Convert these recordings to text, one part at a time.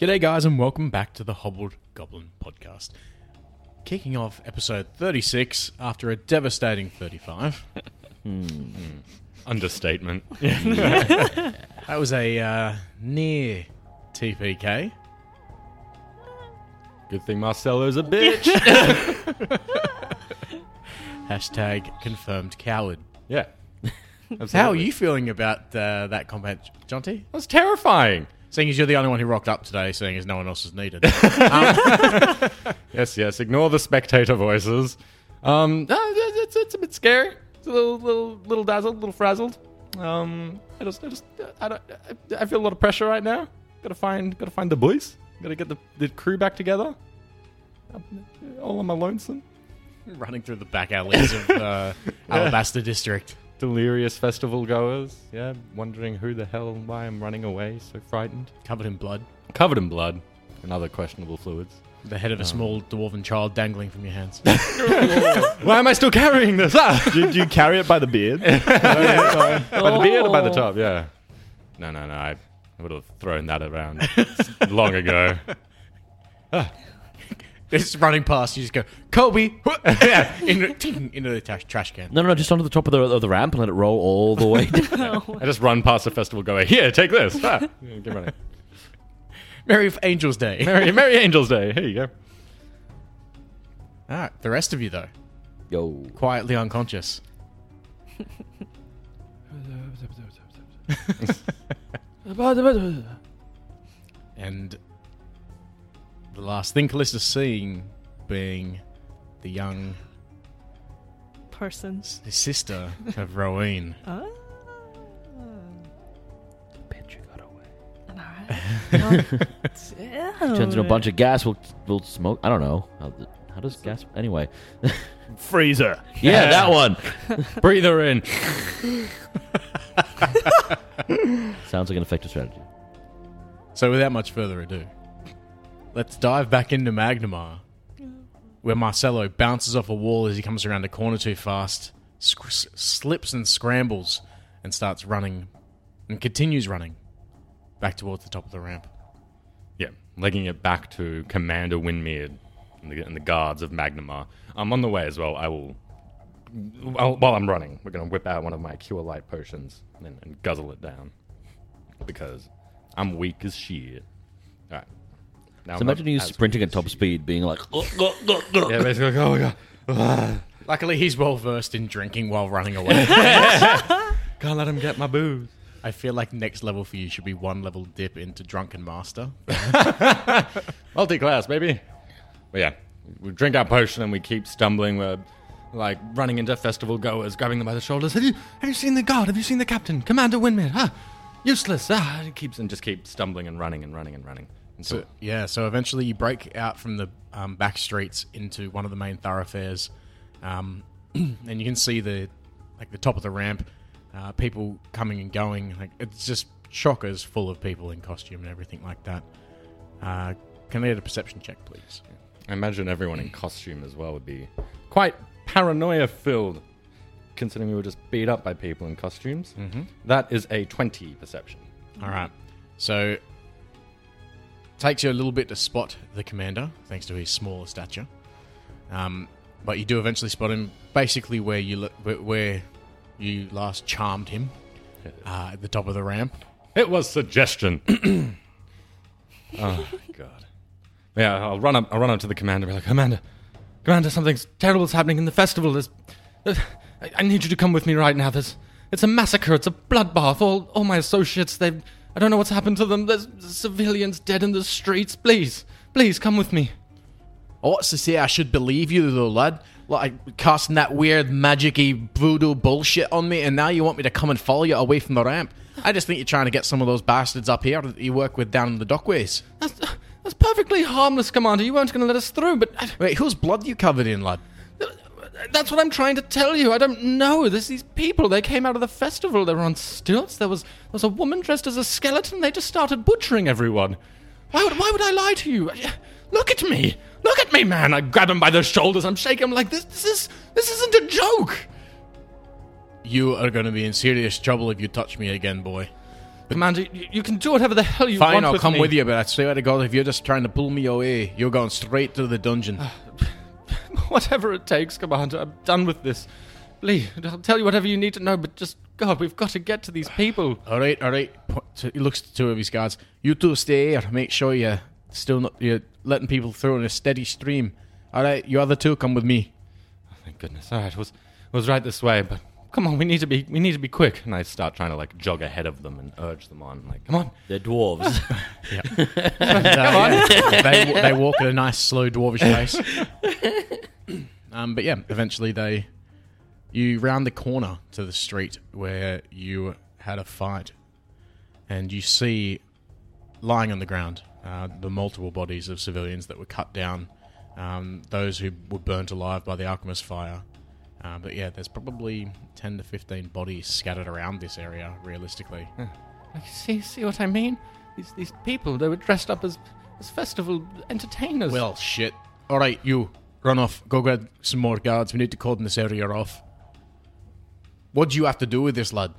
G'day, guys, and welcome back to the Hobbled Goblin podcast. Kicking off episode 36 after a devastating 35. Understatement. That was a uh, near TPK. Good thing Marcelo's a bitch. Hashtag confirmed coward. yeah. How are Absolutely. you feeling about uh, that combat, Jonty? That was terrifying. Seeing as you're the only one who rocked up today, seeing as no one else is needed. Yes, yes. Ignore the spectator voices. Um, no, it's, it's, it's a bit scary. It's a little, little, little dazzled, little frazzled. Um, I just, I just, I don't, I, I feel a lot of pressure right now. Gotta find, gotta find the boys. Gotta get the, the crew back together. I'm all on my lonesome. Running through the back alleys of uh, Alabaster District. Delirious festival goers. Yeah, wondering who the hell, and why I'm running away, so frightened. Covered in blood. Covered in blood and other questionable fluids. The head of a small dwarven child dangling from your hands. Why am I still carrying this? Ah! Oh, Do, do you carry it by the beard? by the beard or by the top? Yeah. No, no, no. I would have thrown that around long ago. It's running past. You just go, Kobe, yeah, into, ting, into the trash, trash can. No, no, no, just onto the top of the, of the ramp and let it roll all the way down. I just run past the festival goer. Here, take this. Ah. Get running. Merry Angels Day. Merry, Merry Angels Day. Here you go. All right, the rest of you though, Yo. quietly unconscious. And the last thing Callista's seeing being the young person. s- sister of Rowan. Ah. Bitch, you got away. Oh, Damn. Turns into a bunch of gas. We'll, we'll smoke. I don't know. How, the- how does gas. Anyway. Freezer. Yeah, that one. Breathe her in. Sounds like an effective strategy. So without much further ado, let's dive back into Magnamar, where Marcelo bounces off a wall as he comes around a corner too fast, sc- s- slips and scrambles, and starts running, and continues running back towards the top of the ramp. Yeah, legging it back to Commander Winmead and the, and the guards of Magnamar. I'm on the way as well. I will. I'll, while I'm running, we're going to whip out one of my Cure Light potions and, and guzzle it down. Because I'm weak as shit. Alright. Now So I'm imagine not you as sprinting weak at as top shit. speed, being like, "Oh, Yeah, basically, like, oh my god. Luckily, he's well versed in drinking while running away. Can't let him get my booze. I feel like next level for you should be one level dip into drunken master. Multi class, baby. But yeah, we drink our potion and we keep stumbling. We're like running into festival goers, grabbing them by the shoulders. Have you have you seen the guard? Have you seen the captain, Commander Windmere? Ah, useless. Ah, and it keeps and just keeps stumbling and running and running and running. Until So, yeah, so eventually you break out from the um, back streets into one of the main thoroughfares, um, and you can see the like the top of the ramp, uh, people coming and going. Like it's just chockers full of people in costume and everything like that. Uh, can I get a perception check, please? I imagine everyone in costume as well would be quite paranoia filled, considering we were just beat up by people in costumes. Mm-hmm. is a twenty perception. All right, so takes you a little bit to spot the commander, thanks to his smaller stature. Um, but you do eventually spot him, basically where you lo- where- where you last charmed him, uh, at the top of the ramp. It was suggestion. oh god. Yeah, I'll run up. I'll run up to the commander. and Be like, Commander, Commander, something's terrible's happening in the festival. There's, there's- I, I need you to come with me right now. There's, it's a massacre. It's a bloodbath. All, all my associates. They, have I don't know what's happened to them. There's civilians dead in the streets. Please, please come with me. Ought Oh, to say I should believe you though, lad. Like casting that weird magicy voodoo bullshit on me, and now you want me to come and follow you away from the ramp. I just think you're trying to get some of those bastards up here that you work with down in the dockways. That's, that's perfectly harmless, Commander. You weren't going to let us through, but. I, Wait, whose blood you covered in, lad? That's what I'm trying to tell you. I don't know. There's these people. They came out of the festival. They were on stilts. There was there was a woman dressed as a skeleton. They just started butchering everyone. Why would why would I lie to you? Look at me. Look at me, man. I grab him by the shoulders. I'm shaking him like this. This is this isn't a joke. You are going to be in serious trouble if you touch me again, boy. Commander, you, you can do whatever the hell you want. Fine, I'll with come me. with you, but I swear to God, if you're just trying to pull me away, you're going straight to the dungeon. Ah. Whatever it takes, Commander. I'm done with this. Lee, I'll tell you whatever you need to know, but just, God, we've got to get to these people. all right, all right. Po- to- He looks to two of his guards. You two stay here. Make sure you're still not you're letting people through in a steady stream. All right, you other two come with me. Thank goodness. All right, it was, it was right this way, but come on, we need to be, we need to be quick. And I start trying to, like, jog ahead of them and urge them on. Like, come on. They're dwarves. Come on. they, they walk at a nice, slow, dwarvish pace. um, but yeah, eventually they. You round the corner to the street where you had a fight, and you see lying on the ground uh, the multiple bodies of civilians that were cut down, um, those who were burnt alive by the alchemist fire. Uh, but yeah, there's probably 10 to 15 bodies scattered around this area, realistically. Like, see, see what I mean? These, these people, they were dressed up as, as festival entertainers. Well, shit. All right, you run off. Go get some more guards. We need to cordon this area off. What do you have to do with this lad?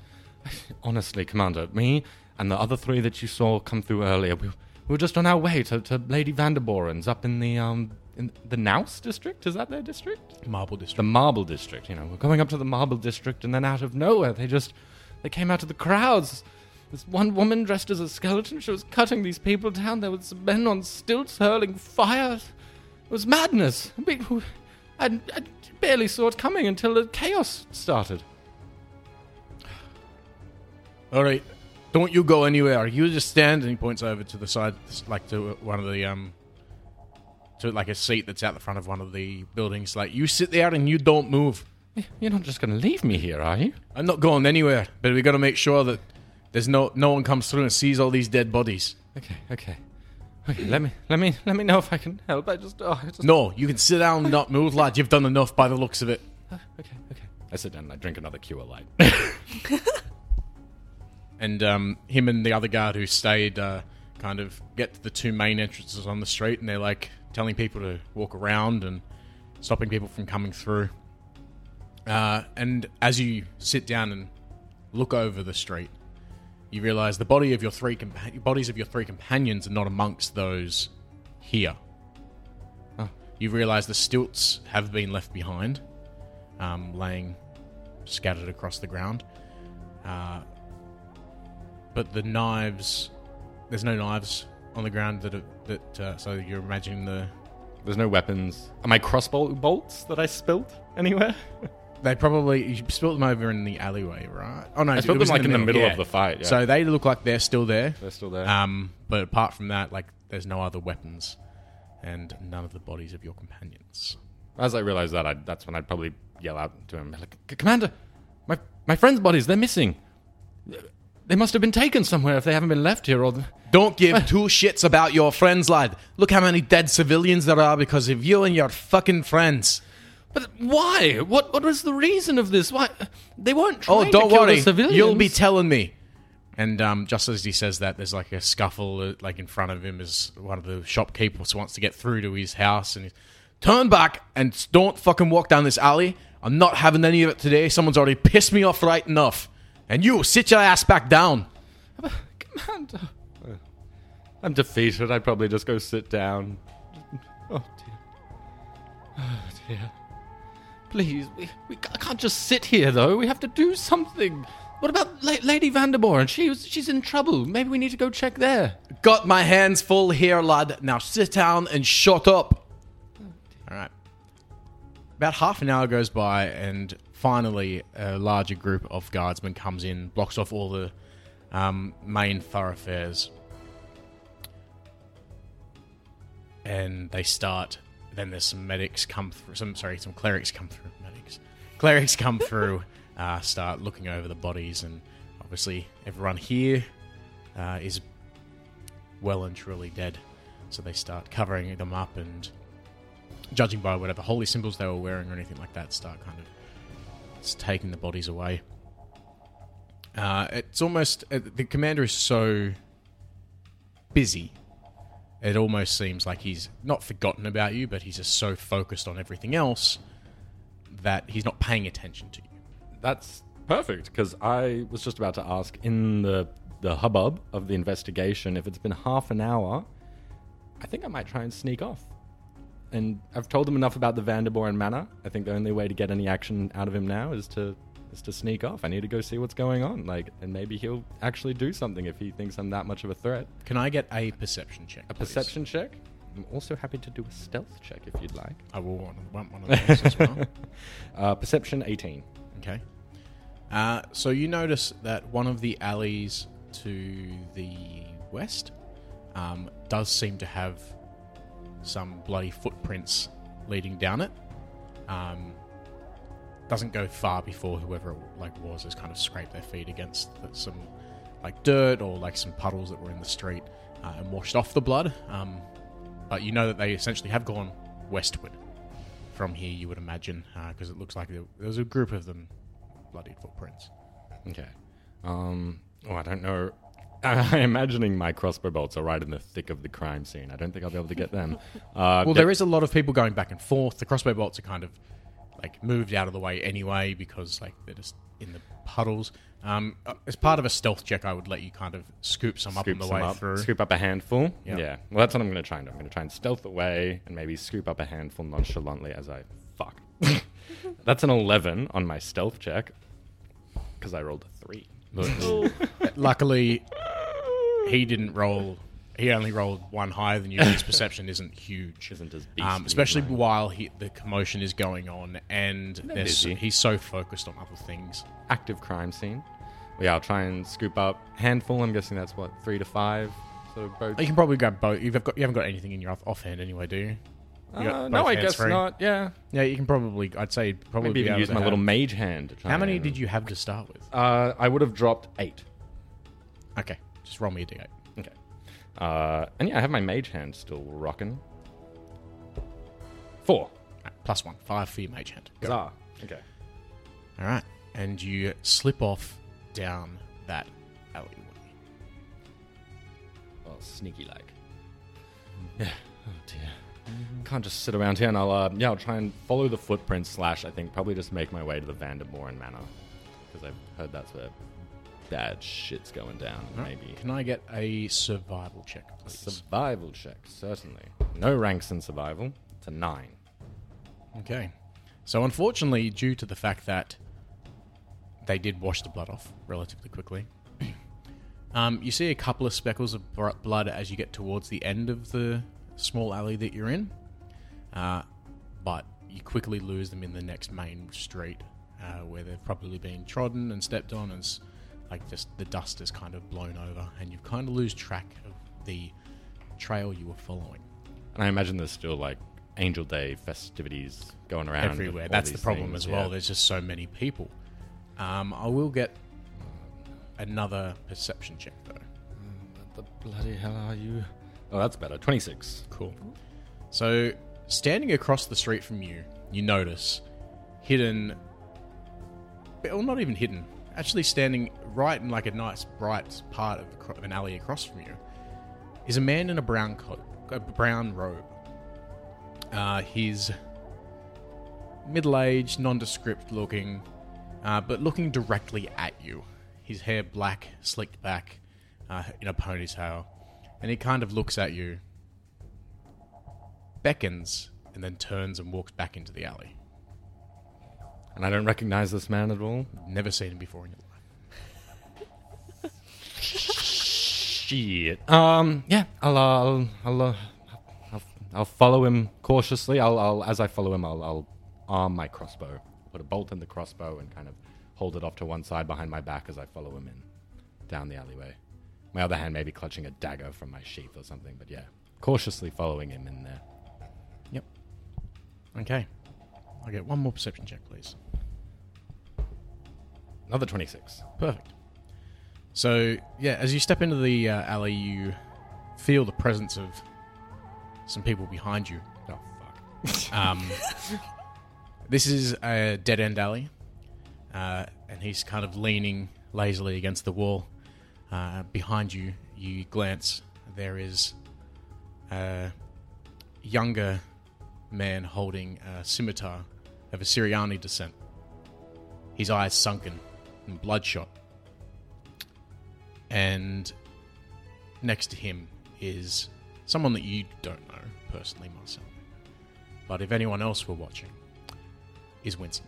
honestly, Commander, me and the other three that you saw come through earlier, we, we were just on our way to, to Lady Vanderboren's up in the um in the Naus district. Is that their district? Marble The district. Marble district. You know, we're going up to the Marble district, and then out of nowhere, they just they came out of the crowds. This one woman dressed as a skeleton, she was cutting these people down. There was men on stilts hurling fire. It was madness. I, mean, I, I barely saw it coming until the chaos started. All right, don't you go anywhere. You just stand. And he points over to the side, like to one of the um, to like a seat that's out the front of one of the buildings. Like you sit there and you don't move. You're not just going to leave me here, are you? I'm not going anywhere. But we got to make sure that there's no no one comes through and sees all these dead bodies. Okay, okay, okay. Let me, let me, let me know if I can help. I just, oh, I just. No, you can sit down and not move, lad. You've done enough by the looks of it. Okay, okay. I sit down and I drink another Cure Light. and um, him and the other guard who stayed uh, kind of get to the two main entrances on the street, and they're like telling people to walk around and stopping people from coming through. Uh, and as you sit down and look over the street, you realize the body of your three compa- bodies of your three companions are not amongst those here. Oh. You realize the stilts have been left behind, um, laying scattered across the ground Uh, but the knives there's no knives on the ground that are, that uh, so you're imagining the There's no weapons. Are my crossbow bolts that I spilled anywhere? they probably you spilled them over in the alleyway right oh no I spilled it was them, like, in the middle of the Ah. fight, yeah. so they look like they're still there They're still there. um but apart from that like there's no other weapons and none of the bodies of your companions As I realized that, I'd, that's when I'd probably yell out to him, like, "C- "Commander, my my friends' bodies. They're missing. They must have been taken somewhere if they haven't been left here. Or the- don't give two shits about your friends lad look how many dead civilians there are because of you and your fucking friends but why? What what was the reason of this? Why they weren't trying Oh, to don't kill worry. the civilians? You'll be telling me. And um, just as he says that, there's like a scuffle, uh, like in front of him, as one of the shopkeepers wants to get through to his house, and he's turn back and s- don't fucking walk down this alley. I'm not having any of it today. Someone's already pissed me off right enough. And you sit your ass back down. Commander. I'm defeated. I'd probably just go sit down. Oh dear. Oh dear. Please, we, we ca- can't just sit here though. We have to do something. What about La- Lady Vanderboren? She was, she's in trouble. Maybe we need to go check there. Got my hands full here, lad. Now sit down and shut up. All right. About half an hour goes by, and finally, a larger group of guardsmen comes in, blocks off all the um, main thoroughfares. And they start. Then there's some medics come through. Some sorry, some clerics come through. Medics, clerics come through. Uh, start looking over the bodies, and obviously everyone here uh, is well and truly dead. So they start covering them up and judging by whatever holy symbols they were wearing or anything like that, start kind of s- taking the bodies away. Uh, it's almost uh, the commander is so busy. It almost seems like he's not forgotten about you, but he's just so focused on everything else that he's not paying attention to you. That's perfect because I was just about to ask in the the hubbub of the investigation, if it's been half an hour, I think I might try and sneak off. And I've told them enough about the Vanderborn Manor. I think the only way to get any action out of him now is to is to sneak off. I need to go see what's going on, like, and maybe he'll actually do something if he thinks I'm that much of a threat. Can I get a perception check? A please? perception check. I'm also happy to do a stealth check if you'd like. I will want, want one of those as well. Uh, perception 18. Okay. Uh, so you notice that one of the alleys to the west um, does seem to have some bloody footprints leading down it. Um, doesn't go far before whoever it like was has kind of scraped their feet against the- some like dirt or like some puddles that were in the street uh, and washed off the blood. Um, but you know that they essentially have gone westward from here, you would imagine, because it looks like there there was a group of them bloodied footprints. Okay. Um, oh, I don't know. I'm imagining my crossbow bolts are right in the thick of the crime scene. I don't think I'll be able to get them. Uh, Well, there is a lot of people going back and forth. The crossbow bolts are kind of like moved out of the way anyway because like they're just in the puddles. Um, uh, as part of a stealth check, I would let you kind of scoop some up on the some way up, through. Scoop up a handful. Yeah. Yeah. Well, that's what I'm going to try and do. I'm going to try and stealth away and maybe scoop up a handful nonchalantly as I fuck. that's an 11 on my stealth check because I rolled a 3. Luckily, he didn't roll. He only rolled one higher than you. His perception isn't huge. Isn't as Um, beastly, especially right. while he, the commotion is going on and there's, busy. he's so focused on other things. active crime scene. Yeah, I'll try and scoop up handful. I'm guessing that's what three to five sort of both. You can probably grab both. You've got you haven't got anything in your off- offhand anyway, do you? you? got Uh, both no, I hands guess free? not. Yeah, Yeah, you can probably. I'd say you'd probably maybe be even able use to my have- little mage hand. To try How many and- did you have to start with? Uh, I would have dropped eight. Okay, just roll me a d8. Okay. Uh, and yeah, I have my mage hand still rocking. Four. Right, Uh, plus one, five for your mage hand. Go. Bizarre. Okay. All right, and you slip off down that alleyway. Well, sneaky like. Yeah. Oh dear. Can't just sit around here, and I'll uh, yeah, I'll try and follow the footprints. Slash, I think probably just make my way to the Vandermoren Manor because I've heard that's where bad shit's going down. All right, Maybe Can I get a survival check, A please? survival check, certainly. No ranks in survival. It's a nine. Okay. So, unfortunately, due to the fact that they did wash the blood off relatively quickly, um, you see a couple of speckles of br- blood as you get towards the end of the small alley that you're in, uh, but you quickly lose them in the next main street uh, where they've probably been trodden and stepped on, and s- like just the dust is kind of blown over, and you kind of lose track of the trail you were following. And I imagine there's still like Angel Day festivities going around with everywhere. all That's the these problem things, as well. yeah. There's just so many people. Um, I will get another perception check though. What the bloody hell are you? Oh, that's better. Twenty-six. Cool. So, standing across the street from you, you notice hidden, well, not even hidden, actually standing right in like a nice bright part of, the, cro- of an alley across from you, is a man in a brown coat, a brown robe. Uh, he's middle-aged, nondescript-looking, uh, but looking directly at you. His hair black, slicked back, uh, in a ponytail, and he kind of looks at you beckons and then turns and walks back into the alley. And I don't recognize this man at all. Never seen him before in your life. Shit. Um. Yeah. I'll. Uh, I'll. I'll, uh, I'll. I'll follow him cautiously. I'll. I'll. As I follow him, I'll. I'll arm my crossbow. Put a bolt in the crossbow and kind of hold it off to one side behind my back as I follow him in down the alleyway. My other hand maybe clutching a dagger from my sheath or something. But yeah, cautiously following him in there. Yep. Okay. I'll get one more perception check, please. Another twenty-six. Perfect. So, yeah, as you step into the uh, alley, you feel the presence of some people behind you. Oh fuck. Um, this is a dead end alley, uh, and he's kind of leaning lazily against the wall. Uh, behind you, you glance. There is a younger man holding a scimitar of Assyriani descent. His eyes sunken and bloodshot. and next to him is someone that you don't know personally, Marcel. But if anyone else were watching, is Winston.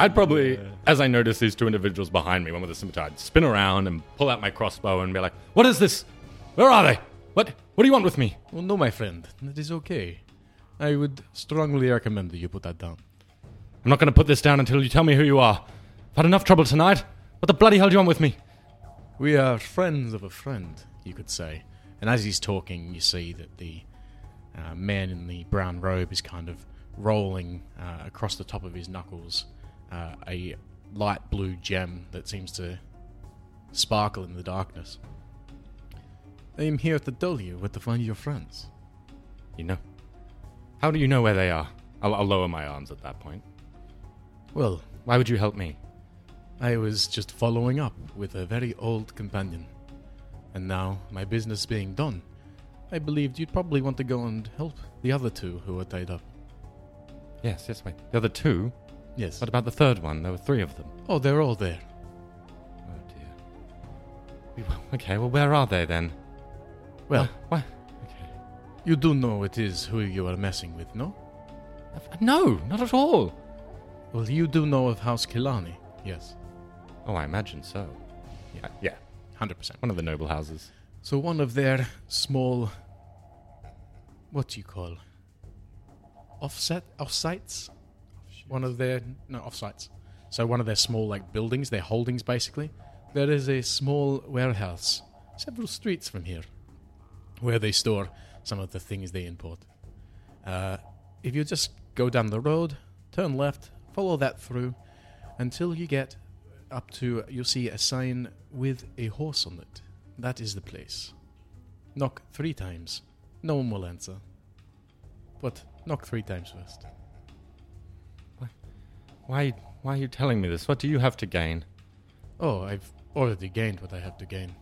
I'd probably, as I notice these two individuals behind me, one with a scimitar, I'd spin around and pull out my crossbow and be like, "What is this? Where are they? What? What do you want with me?" Well, no, my friend, that is okay. I would strongly recommend that you put that down. I'm not going to put this down until you tell me who you are. I've had enough trouble tonight. What the bloody hell do you want with me? We are friends of a friend, you could say. And as he's talking, you see that the uh, man in the brown robe is kind of rolling uh, across the top of his knuckles uh, a light blue gem that seems to sparkle in the darkness. I am here to tell you where to find your friends. You know. How do you know where they are? I'll, I'll lower my arms at that point. Well, Why would you help me? I was just following up with a very old companion. And now, my business being done, I believed you'd probably want to go and help the other two who were tied up. Yes, yes, wait. The other two? Yes. What about the third one? There were three of them. oh, they're all there. Oh, dear. We- well, Okay, well, where are they then? Well, What? Okay. you do know it is who you are messing with, no? No, not at all. Well, you do know of House Kilani. Yes, Oh, I imagine so. Yeah. yeah, 100%. one of the noble houses. So, one of their small. What do you call? Offset? Offsites? One of their. No, offsites. So, one of their small, like, buildings, their holdings, basically. There is a small warehouse, several streets from here, where they store some of the things they import. Uh, if you just go down the road, turn left, follow that through until you get up to, you'll see a sign with a horse on it. That is the place. Knock three times. No one will answer. But knock three times first. Why, why are you telling me this? What do you have to gain? Oh, I've already gained what I have to gain.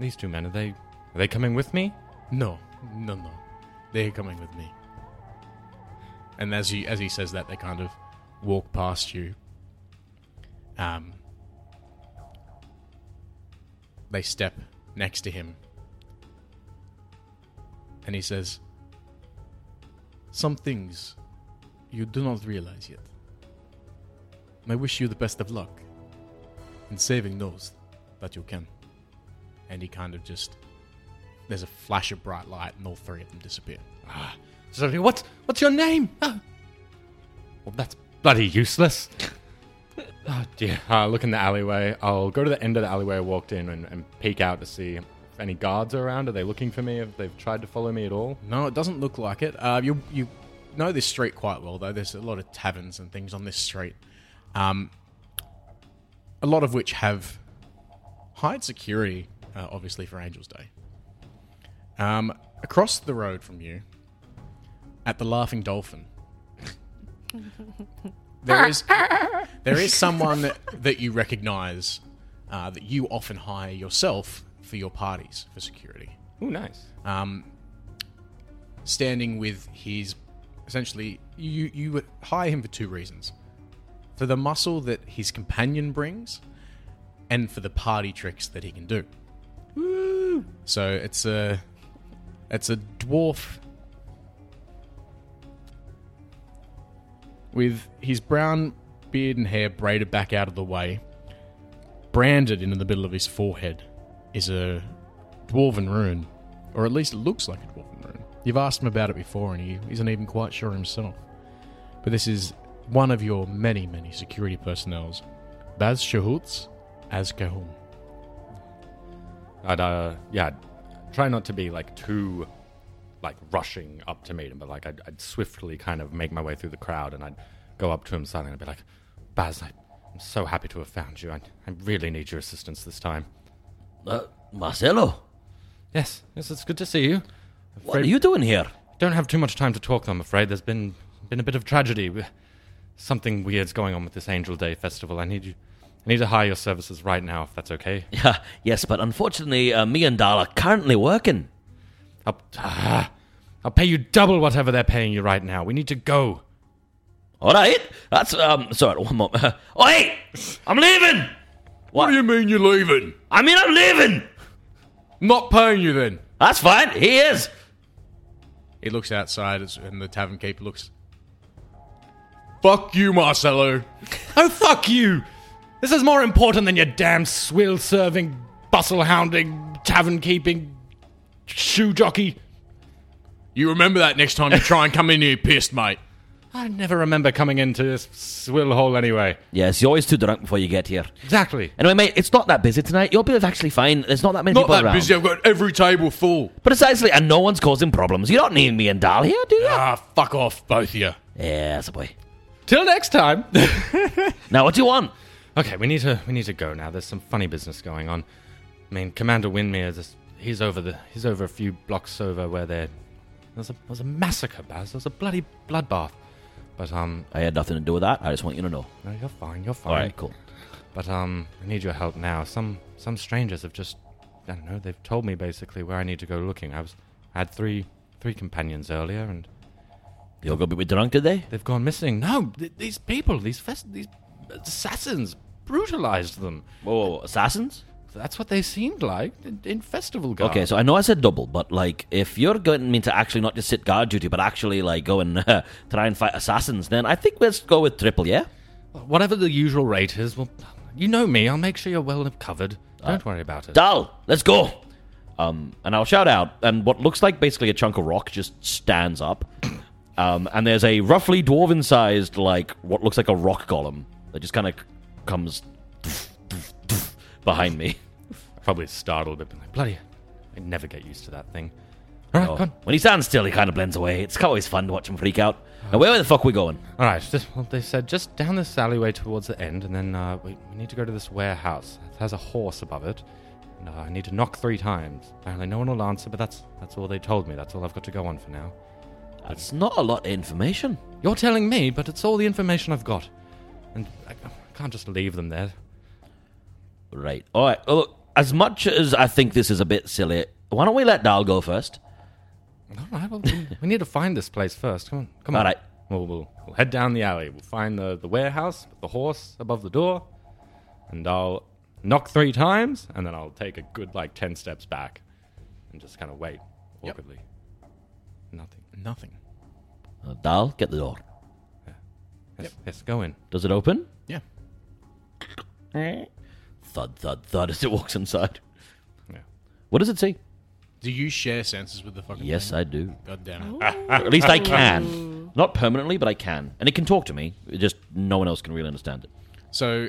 These two men, are they, are they coming with me? No, no, no. They're coming with me. And as he as he says that, they kind of walk past you. Um, they step next to him, and he says, "Some things you do not realize yet. I wish you the best of luck in saving those that you can." And he kind of just there's a flash of bright light, and all three of them disappear. So, what, what's your name? Ah. Well, that's bloody useless. oh, dear. Uh, look in the alleyway. I'll go to the end of the alleyway I walked in and, and peek out to see if any guards are around. Are they looking for me? If they've tried to follow me at all? No, it doesn't look like it. Uh, you you know this street quite well, though. There's a lot of taverns and things on this street, um, a lot of which have hired security, uh, obviously for Angel's Day. Um, across the road from you, at the Laughing Dolphin, there is there is someone that, that you recognise uh, that you often hire yourself for your parties for security Oh, nice. standing with his essentially you you hire him for two reasons for the muscle that his companion brings and for the party tricks that he can do so it's a it's a dwarf with his brown beard and hair braided back out of the way branded into the middle of his forehead is a dwarven rune, or at least it looks like a dwarven rune. You've asked him about it before, and he isn't even quite sure himself. But this is one of your many, many security personnel's, Baz Shahutz as Cahun. I'd, uh, yeah, I'd try not to be like too, like rushing up to meet him, but like I'd, I'd swiftly kind of make my way through the crowd and I'd go up to him silently and be like, Baz, I, I'm so happy to have found you. I, I really need your assistance this time. Uh, Marcelo, Yes, yes, it's good to see you. what are you doing here? Don't have too much time to talk, though, I'm afraid. There's been been a bit of tragedy. We- Something weird's going on with this Angel Day festival. I need you. I need to hire your services right now, if that's okay. Yeah, yes, but unfortunately, uh, me and Dal are currently working. I'll, ah, I'll pay you double whatever they're paying you right now. We need to go. All right, that's um. Sorry, one more. Oh, hey, I'm leaving. What do you mean you're leaving? I mean, I'm leaving. I'm not paying you then. That's fine. He is. He looks outside it's- and the tavern keeper looks. Fuck you, Marcelo. Oh, fuck you! This is more important than your damn swill serving, bustle hounding, tavern keeping, shoe jockey. You remember that next time you try and come in here pissed, mate. I never remember coming into this swill hole anyway. Yes, you're always too drunk before you get here. Exactly. Anyway, mate, it's not that busy tonight. Your bill is actually fine. There's not that many Not people that around. busy. I've got every table full. Precisely, and no one's causing problems. You don't need me and Dal here, do you? Ah, fuck off, both of you. Yes, boy. Till next time. Now, what do you want? okay, we need to we need to go now. There's some funny business going on. I mean, Commander Winmere, this, he's over the he's over a few blocks over where there there's a there's a massacre, Baz. There's a bloody bloodbath. But um, I had nothing to do with that. I just want you to know. no, you're fine. You're fine. All right, cool. But um, I need your help now. Some some strangers have just I don't know. They've told me basically where I need to go looking. I was I had three three companions earlier, and You're gonna be drunk today. they've gone missing. No, th- these people, these fest- these assassins brutalized them. Whoa, whoa, whoa, assassins. That's what they seemed like in, in festival guard. Okay, so I know I said double, but like, if you're going me to actually not just sit guard duty, but actually like go and uh, try and fight assassins, then I think let's go with triple. Yeah. whatever the usual rate is, well, you know me. I'll make sure you're well covered. Don't worry about it. Dal, let's go. Um, and I'll shout out, and what looks like basically a chunk of rock just stands up. Um, and there's a roughly dwarven sized, like, what looks like a rock golem that just kind of comes behind me. Probably startled a bit. Like, Bloody, I never get used to that thing. All right, Oh, go on. When he stands still, he kind of blends away. It's always fun to watch him freak out. Now, where the fuck we going? All right, just, well, they said just down this alleyway towards the end, and then uh, we, we need to go to this warehouse. It has a horse above it. And, uh, I need to knock three times. Apparently, no one will answer, but that's that's all they told me. That's all I've got to go on for now. That's not a lot of information. You're telling me, but it's all the information I've got, and I, I can't just leave them there. Right. All right. Well, look, as much as I think this is a bit silly, why don't we let Dal go first? All right, well, we- we need to find this place first. Come on, come All on. right. We'll, we'll, we'll head down the alley. We'll find the, the warehouse with the horse above the door, and I'll knock three times, and then I'll take a good, like, ten steps back and just kind of wait Yep. awkwardly. Nothing. Nothing. Uh, Dal, get the door. Yes, yes, go in. Does it open? Yeah. Thud, thud, thud as it walks inside. Yeah. What does it say? Do you share senses with the fucking Yes, thing? I do. God damn it. At least I can. Not permanently, but I can. And it can talk to me. It just no one else can really understand it. So,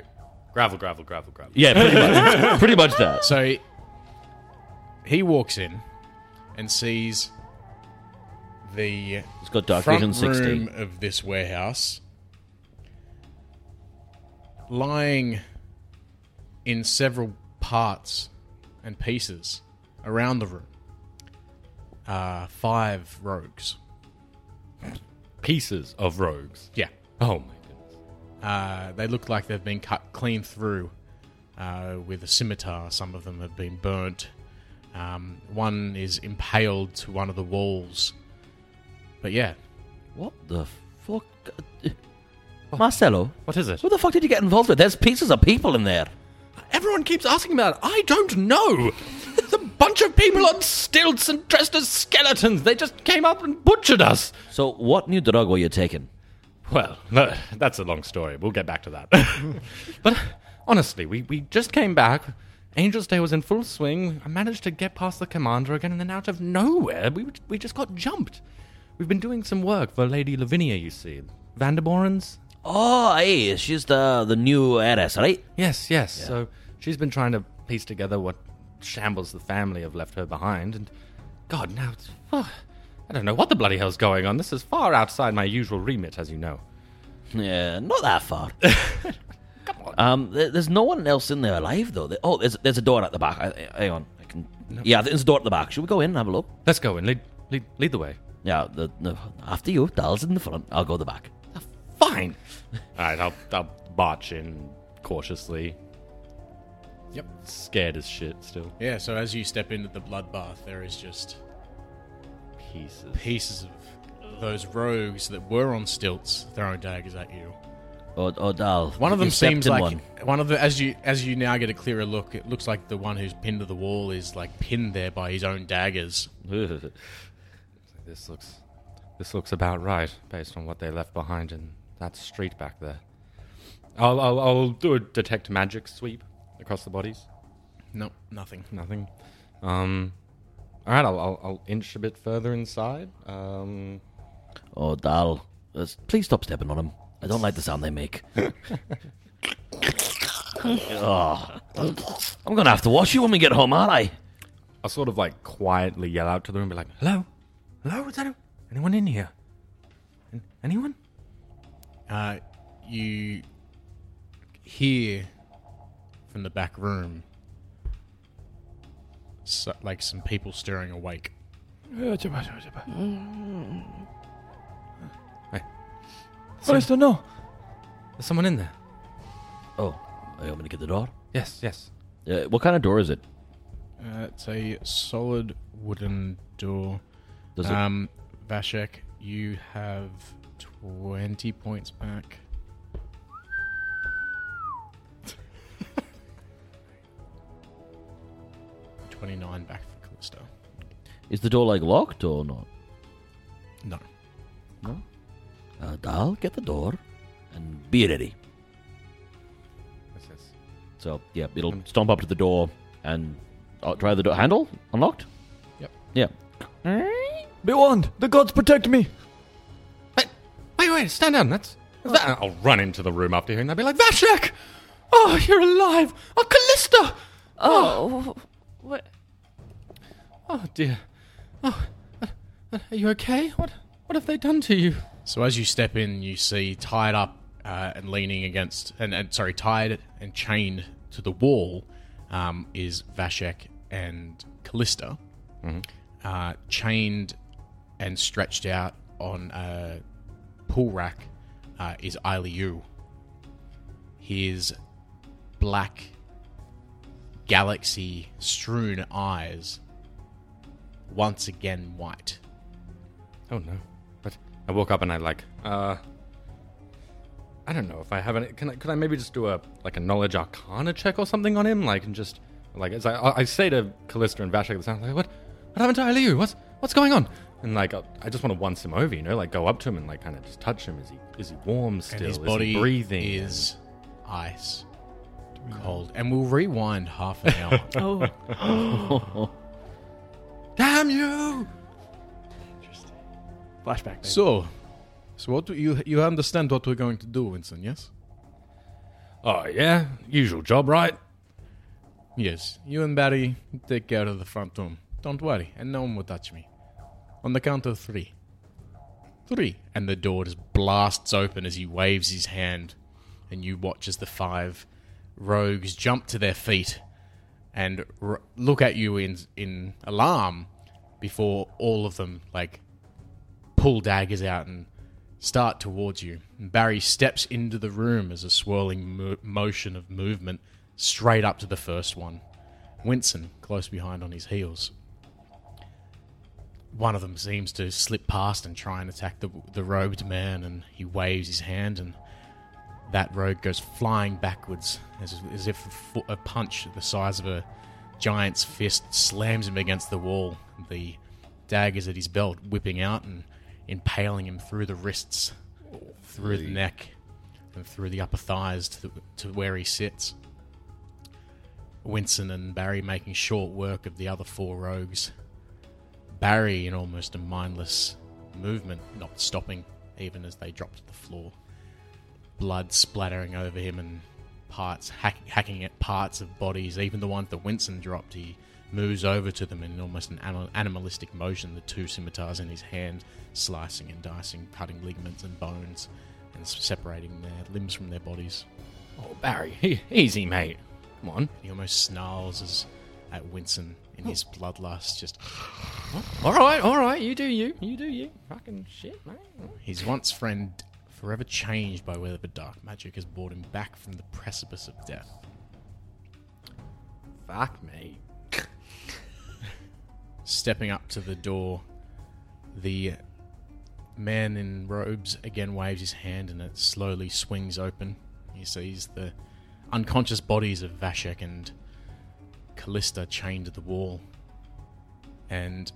Gravel, gravel, gravel, gravel. Yeah, pretty much. pretty much that. so he walks in and sees the It's got dark front vision 60. room of this warehouse lying in several parts and pieces around the room are five rogues. Pieces of rogues. Yeah. Oh, my goodness. Uh, they look like they've been cut clean through uh, with a scimitar. Some of them have been burnt. Um, one is impaled to one of the walls. But yeah, What the fuck? Marcelo, What is it? what the fuck did you get involved with? There's pieces of people in there. Everyone keeps asking about it. I don't know. It's a bunch of people on stilts and dressed as skeletons. They just came up and butchered us. So, what new drug were you taking? Well, no, that's a long story. We'll get back to that. but honestly, we, we just came back. Angel's Day was in full swing. I managed to get past the commander again, and then out of nowhere, we, we just got jumped. We've been doing some work for Lady Lavinia, you see. Vanderborens? Oh, hey, she's the the new heiress, right? Yes, yes. So she's been trying to piece together what shambles the family have left her behind, and God, now it's. oh, I don't know what the bloody hell's going on. This is far outside my usual remit, as you know. Yeah, not that far. Come on. Um, there, there's no one else in there alive though. There- oh, there's there's a door at the back. I, I- hang on, I can. Yeah, there's a door at the back. Should we go in and have a look? Let's go and lead, lead, lead the way. Yeah, the, the, after you, Dal's in the front. I'll go the back. Fine. All right, I'll, I'll march in cautiously. Yep. Scared as shit still. Yeah, so as you step into the bloodbath, there is just Pieces. pieces of those rogues that were on stilts throwing daggers at you. Or, or Oh, Dal. One of them You stepped seems in like one. one. of the as you as you now get a clearer look, it looks like the one who's pinned to the wall is like pinned there by his own daggers. This looks, this looks about right based on what they left behind in that street back there. I'll, I'll, I'll do a detect magic sweep across the bodies. Nope, nothing. Nothing. Um, all right, I'll, I'll, I'll inch a bit further inside. Um, oh, Dal. Let's- Please stop stepping on him. I don't like the sound they make. oh. I'm going to have to wash you when we get home, aren't I? I'll sort of like quietly yell out to the room, be like, "Hello, hello, is that anyone in here? An- Anyone?" Uh, you hear from the back room so, like some people stirring awake. Forrester, no. There's someone in there. Oh, are you want me to get the door? Yes, yes. Uh, what kind of door is it? Uh, it's a solid wooden door. Does it? Um, Vashek, you have twenty points back. Twenty-nine back for Callisto. Is the door like locked or not? No. Uh, Dal, get the door and be ready. Yes, yes. So yeah, it'll stomp up to the door and uh, try the door handle unlocked. Yep. Yeah. Be warned, the gods protect me. Hey, wait, wait, stand down. That's. that's that. I'll run into the room after hearing that. Be like, Vashek! Oh, you're alive! Oh, Callista! Oh, what? Oh, dear. Oh, uh, are you okay? What What have they done to you? So as you step in, you see tied up uh, and leaning against, and, and sorry, tied and chained to the wall um, is Vashek and Callista, uh, chained and stretched out on a pool rack uh, is Iliu. His black galaxy strewn eyes once again white. Oh, no. But I woke up and I, like, uh. I don't know if I have any. Can I, could I maybe just do a, like, a knowledge arcana check or something on him? Like, and just. Like, it's like, I, I say to Callista and Vashek at the sound, like, what, what happened to Aliu? What's, what's going on? And, like, I, I just want to once him over, you know? Like, go up to him and, like, kind of just touch him. Is he is he warm still? and his is body he breathing? is ice cold. And we'll rewind half an hour. Oh, Damn you! Flashback. so, so what do you you understand what we're going to do, Winston? Yes. Oh, yeah. Usual job, right? Yes. You and Barry take care of the front room. Don't worry, and no one will touch me. On the count of three. Three, and the door just blasts open as he waves his hand, and you watch as the five rogues jump to their feet and r- look at you in in alarm before all of them like pull daggers out and start towards you. And Barry steps into the room as a swirling mo- motion of movement straight up to the first one. Winston close behind on his heels. One of them seems to slip past and try and attack the, the robed man, and he waves his hand, and that rogue goes flying backwards as, as if a, fo- a punch the size of a giant's fist slams him against the wall. The daggers at his belt whipping out and impaling him through the wrists, through the neck, and through the upper thighs to, to where he sits. Winston and Barry making short work of the other four rogues. Barry in almost a mindless movement, not stopping even as they drop to the floor. Blood splattering over him and parts hack, hacking at parts of bodies, even the ones that Winston dropped. He moves over to them in almost an ani- animalistic motion, the two scimitars in his hand, slicing and dicing, cutting ligaments and bones, and s- separating their limbs from their bodies. Oh, Barry, he, easy, mate. Come on. He almost snarls as, at Winston in his bloodlust. Just All right, all right. You do you. You do you. Fucking shit, mate. his once friend, forever changed by whatever dark magic has brought him back from the precipice of death. Fuck me. Stepping up to the door, the man in robes again waves his hand and it slowly swings open. He sees the unconscious bodies of Vashek and Callista chained to the wall. And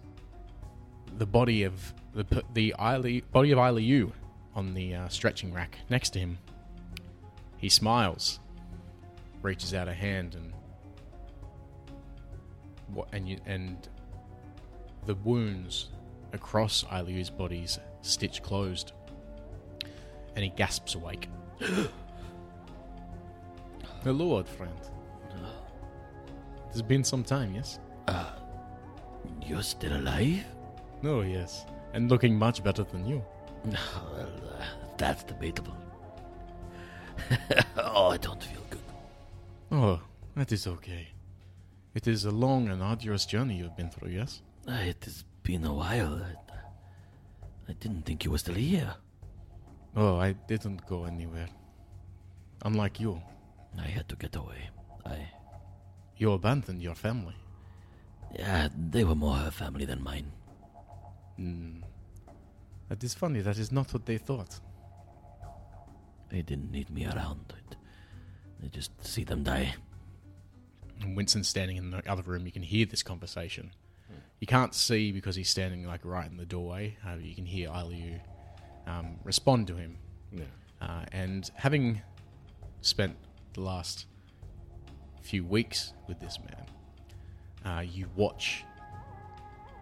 the body of the p- the Ile, body of Iliu on the uh, stretching rack next to him. He smiles, reaches out a hand, and what and you, and the wounds across Iliu's body's stitch closed, and he gasps awake. Hello, old friend. It's been some time, yes? You're still alive? No, Oh, yes. And looking much better than you. uh, That's debatable. oh, I don't feel good. Oh, that is okay. It is a long and arduous journey you've been through, yes? Ah, It has been a while. I, I didn't think you were still here. Oh, I didn't go anywhere. Unlike you, I had to get away. I. you abandoned your family. Yeah, they were more her family than mine. That is funny, that is not what they thought. They didn't need me around. It, they just see them die. And Winston's standing in the other room, you can hear this conversation. You can't see because he's standing like right in the doorway. Uh, you can hear Iliu um, respond to him. Yeah. Uh, and having spent the last few weeks with this man, uh, you watch,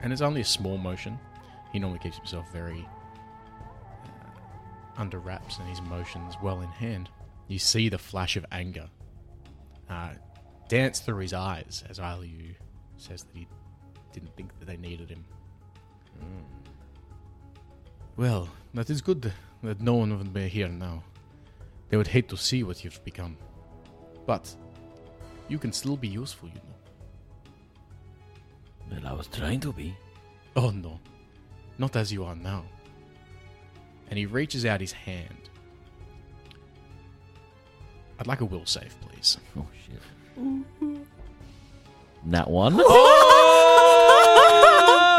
and it's only a small motion. He normally keeps himself very uh, under wraps and his emotions well in hand. You see the flash of anger uh, dance through his eyes as Iliu says that he didn't think that they needed him. Well, that is good that no one would be here now. They would hate to see what you've become. But you can still be useful, you know. Well, I was trying to be. Oh no, not as you are now. And he reaches out his hand. I'd like a will save, please. Oh, shit. That Mm-hmm. one?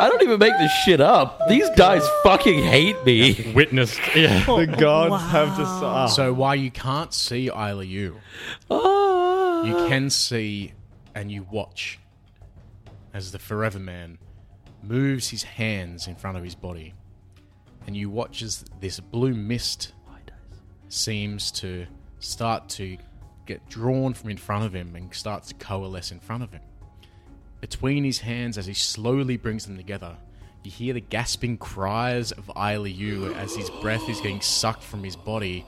I don't even make this shit up. These guys fucking hate me. Witnessed. Yeah. The gods have decided. So while you can't see Iliu, Oh. you can see and you watch as the Forever Man moves his hands in front of his body, and you watch as this blue mist seems to start to get drawn from in front of him and starts to coalesce in front of him. Between his hands, as he slowly brings them together, you hear the gasping cries of Iliu as his breath is getting sucked from his body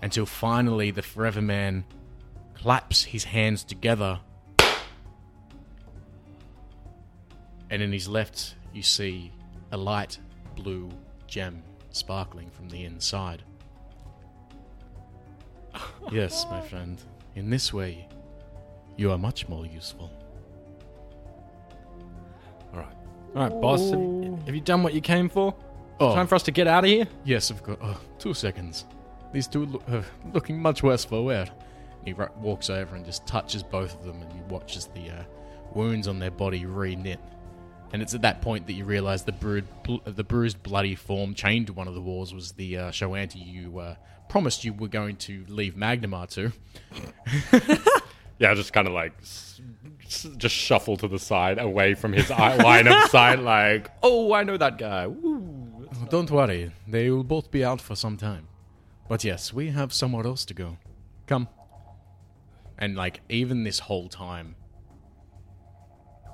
until finally the Forever Man claps his hands together. And in his left, you see a light blue gem sparkling from the inside. yes, my friend. In this way, you are much more useful. All right. All right, boss. Have, have you done what you came for? Oh, Time for us to get out of here. yes, of course. Oh, two seconds. These two look, uh, looking much worse for wear. He ru- walks over and just touches both of them, and he watches the uh, wounds on their body re-knit. And it's at that point that you realise the bruised, bl- the bruised, bloody form chained to one of the walls was the uh, Shoanti you uh, promised you were going to leave Magnamar to. Yeah, I just kind of like s- s- just shuffle to the side, away from his eye- line of sight. Like, oh, I know that guy. Woo. Don't worry, they will both be out for some time. But yes, we have somewhere else to go. Come. And like even this whole time,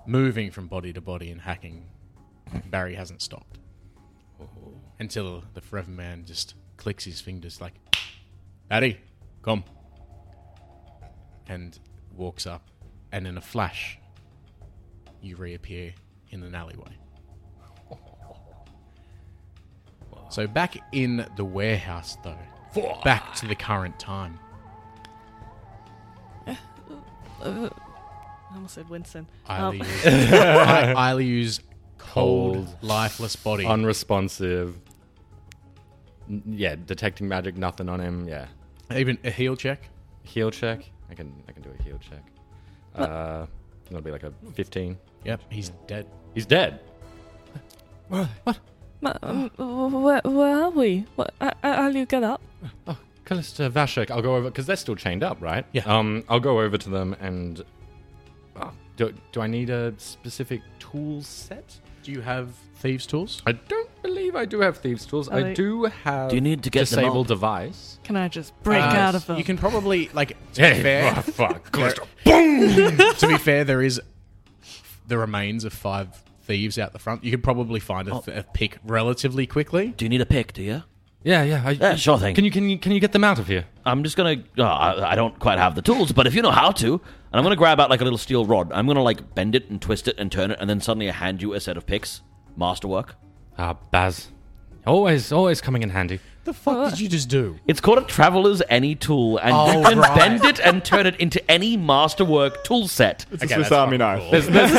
moving from body to body and hacking, Barry hasn't stopped until the Forever Man just clicks his fingers like, "Barry, come," and walks up, and in a flash, you reappear in an alleyway. So back in the warehouse, though. Back to the current time. I almost said Winston. Um, Eileen's- I Eileen's cold, Cold. lifeless body. Unresponsive. N- Yeah, detecting magic, nothing on him. Yeah. Even a heal check. Heal check. I can I can do a heal check. Uh, it'll be like a fifteen. Yep, he's dead. He's dead. Where are they? What? Ma- um, where, where are we? What, I, I, will you get up? Callista Vashek, I'll go over because they're still chained up, right? Yeah. Um, I'll go over to them and. Oh, do, do I need a specific tool set? Do you have thieves' tools? I don't believe I do have thieves' tools. Are I they- do have. Do you need to get them disable up? device? Can I just break Uh, out of them? You can probably like. To be fair, oh, fuck. Callista. to be fair, there is the remains of five thieves out the front. You could probably find a, th- a pick relatively quickly. Do you need a pick? Do you? yeah, yeah. I, Yeah, sure thing. Can you can you can you get them out of here? I'm just gonna. oh, I, I don't quite have the tools, but if you know how to, and I'm gonna grab out like a little steel rod. I'm gonna like bend it and twist it and turn it, and then suddenly I hand you a set of picks. Masterwork. Ah, Baz, always always coming in handy. The fuck did you just do? It's called a traveler's any tool, and Oh, you can right. bend it and turn it into any masterwork tool set. It's a Swiss Army knife.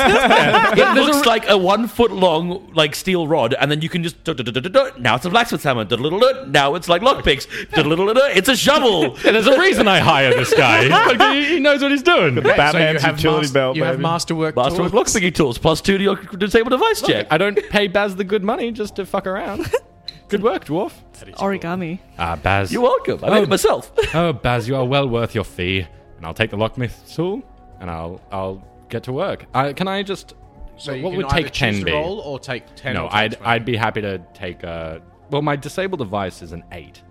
It looks like a one foot long like steel rod, and then you can just du-du-du-du-du. now it's a blacksmith hammer. du-du-du-du-du. Now it's like lockpicks. du-du-du-du-du. It's a shovel. There's a reason I hire this guy. he knows what he's doing. Batman's utility mas- belt, You have baby. masterwork. Masterwork tools. lockpicking tools plus two to your disabled device check. I don't pay Baz the good money just to fuck around. good work, dwarf. Origami. Ah, Baz. You're welcome. I made Oh. it myself. oh, Baz, you are well worth your fee. And I'll take the locksmith tool, and I'll I'll get to work. I, can I just? So you what can would either take choose ten to be? roll or take ten? no, or take I'd 20. I'd be happy to take a. Well, my disabled device is an eight,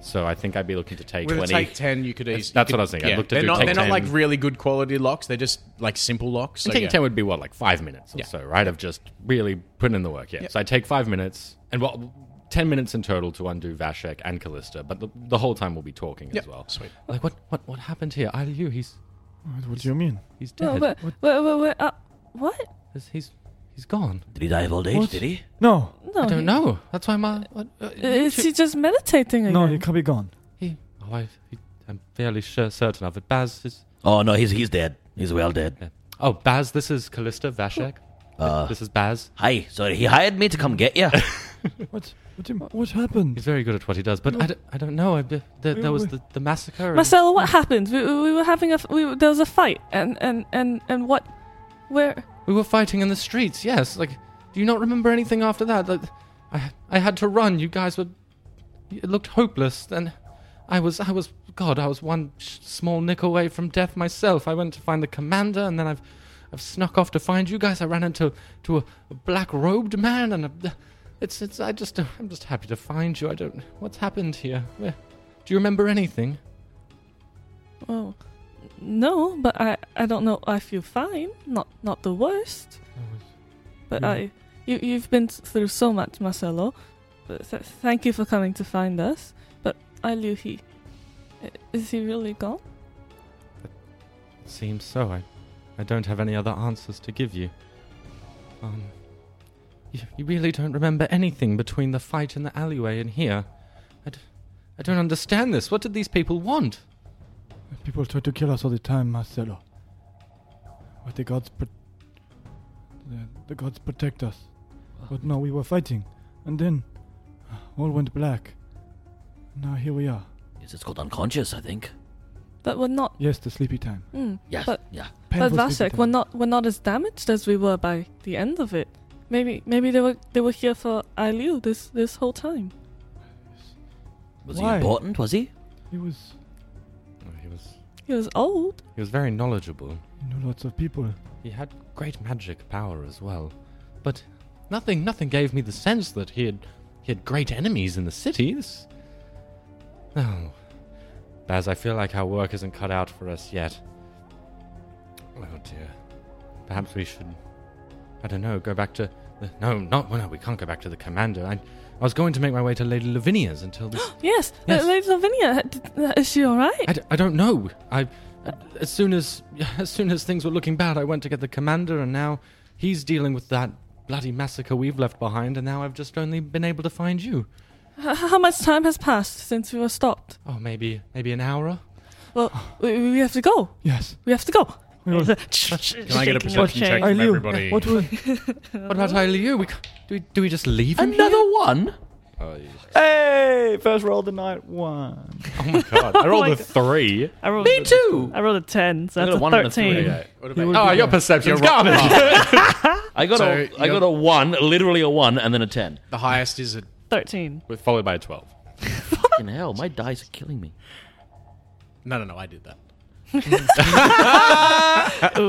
so I think I'd be looking to take With a twenty. take ten, you could easily. that's what I was thinking. I looked to they're do not, take they're not 10. like really good quality locks. They're just like simple locks. So I think yeah. 10 would be what, like five minutes or Yeah. so, right? Of just really putting in the work, yeah. So I take five minutes and well, 10 minutes in total to undo Vashek and Callista, but the, the whole time we'll be talking Yeah. as well. Sweet. Like, what, what, what happened here? Either you, he's, What do you mean? he's dead. Wait, wait, wait, wait, wait, uh, what? He's, he's, he's gone. Did he die of old age? What? Did he? No, No, I don't he- know. That's why my. What, uh, Is he just meditating again? no, he can't be gone. he, oh, I, he, I'm fairly sure, certain of it. Baz is. Oh no, he's he's dead. He's well dead. yeah. Oh, Baz, this is Callista Vashek. Uh, this is Baz. Hi, sorry, he hired me to come get you. What? What, do you, what He's happened? very good at what he does, but I, don't, I don't know. I, there, there was wait. the, the massacre. and- Marcelo, what happened? We, we were having a f- we, there was a fight, and and and and what? Where? We were fighting in the streets, yes. Like, do you not remember anything after that? Like, I, I had to run. You guys were. It looked hopeless. Then I was. I was. God, I was one sh- small nick away from death myself. I went to find the commander, and then I've. I've snuck off to find you guys. I ran into to a, a black-robed man, and a, it's it's. I just uh, I'm just happy to find you. I don't. What's happened here? Where, do you remember anything? Oh, no, but I I don't know. I feel fine. Not not the worst, but Yeah. I you you've been through so much, Marcelo. But th- thank you for coming to find us. But I knew he. i- Is he really gone? It seems so. I, I don't have any other answers to give you. Um, you, you really don't remember anything between the fight in the alleyway and here. I, d- I don't understand this. What did these people want? People try to kill us all the time, Marcelo. But the gods, pro- the, the gods protect us. But no, we were fighting, and then uh, all went black. Now here we are. Yes, it's called unconscious, I think. But we're not. Yes, the sleepy time. Mm, Yes, But- yeah. But Painful sleepy Vasek, we're time. not we're not as damaged as we were by the end of it. Maybe maybe they were they were here for Ailu this this whole time. Was Why? he important? Was he? It was. he was He was old. he was very knowledgeable. You know, lots of people. He had great magic power as well, but nothing nothing gave me the sense that he had he had great enemies in the cities. No, Baz, I feel like our work isn't cut out for us yet. Oh dear, perhaps we should. I don't know. Go back to the, no, not well, no. We can't go back to the commander. I, I was going to make my way to Lady Lavinia's until this. Yes, Yes. yes. Lady Lavinia, d- is she all right? I, d- I don't know. I as soon as as soon as things were looking bad, I went to get the commander, and now he's dealing with that bloody massacre we've left behind, and now I've just only been able to find you. H- how much time has passed since we were stopped? Oh, maybe maybe an hour. Well, we, we have to go. Yes. We have to go. We were, Can I get a perception check Are from you- everybody? what was? What about Ailiu? We c- do we do we just leave him? Another one. Oh, Hey, first roll of the night, one. Oh my god! I rolled my a three. I rolled Me too. I rolled a ten, so I got that's a a one and a three. thirteen. Oh, your perception's garbage. I got So, a I you're- got a one, literally a one, and then a ten. The highest is a 13. With, followed by a 12. Fucking hell, my dice are killing me. no, no, no. I did that.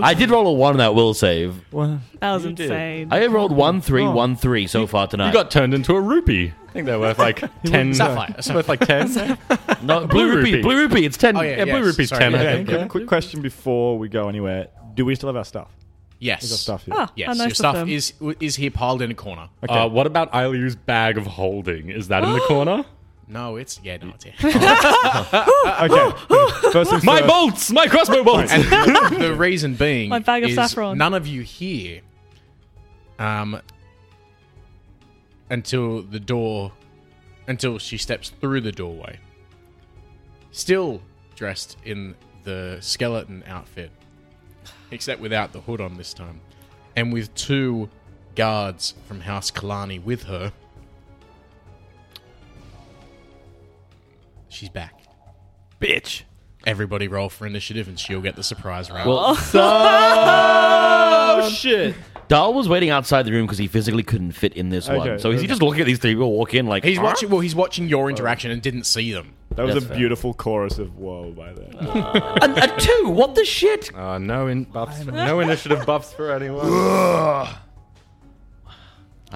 I did roll a one that will save. Well, That was insane. I have rolled one three one three Oh. so far tonight. You got turned into a rupee. I think they're worth like 10. Sapphire. Mm. It's worth like 10. no, blue, blue rupee, rupee. blue rupee. It's ten. Oh yeah, Yeah, blue yes, rupees sorry, 10, I yeah, think. yeah. Quick, quick question before we go anywhere: Do we still have our stuff? Is our Yes. stuff here? Ah, how Yes. nice Your of stuff them. is is here piled in a corner. Uh, what about Ileu's bag of holding? Is that in the corner? No, it's yeah, no, it's here. Okay. first things My first. bolts! My crossbow bolts! and the, the reason being, My bag of is saffron. None of you here, um, until the door, until she steps through the doorway. Still dressed in the skeleton outfit, except without the hood on this time, and with two guards from House Kalani with her. She's back. bitch. Everybody roll for initiative, and she'll get the surprise round. Well, Oh shit! Dahl was waiting outside the room because he physically couldn't fit in this one. Okay, So is he okay. just looking at these three people walk in like He's "Huh?" watching. Well, he's watching your interaction and didn't see them. That was That's a fair. beautiful chorus of whoa by there. And a two. What the shit? Uh, no in buffs. No initiative buffs for anyone. I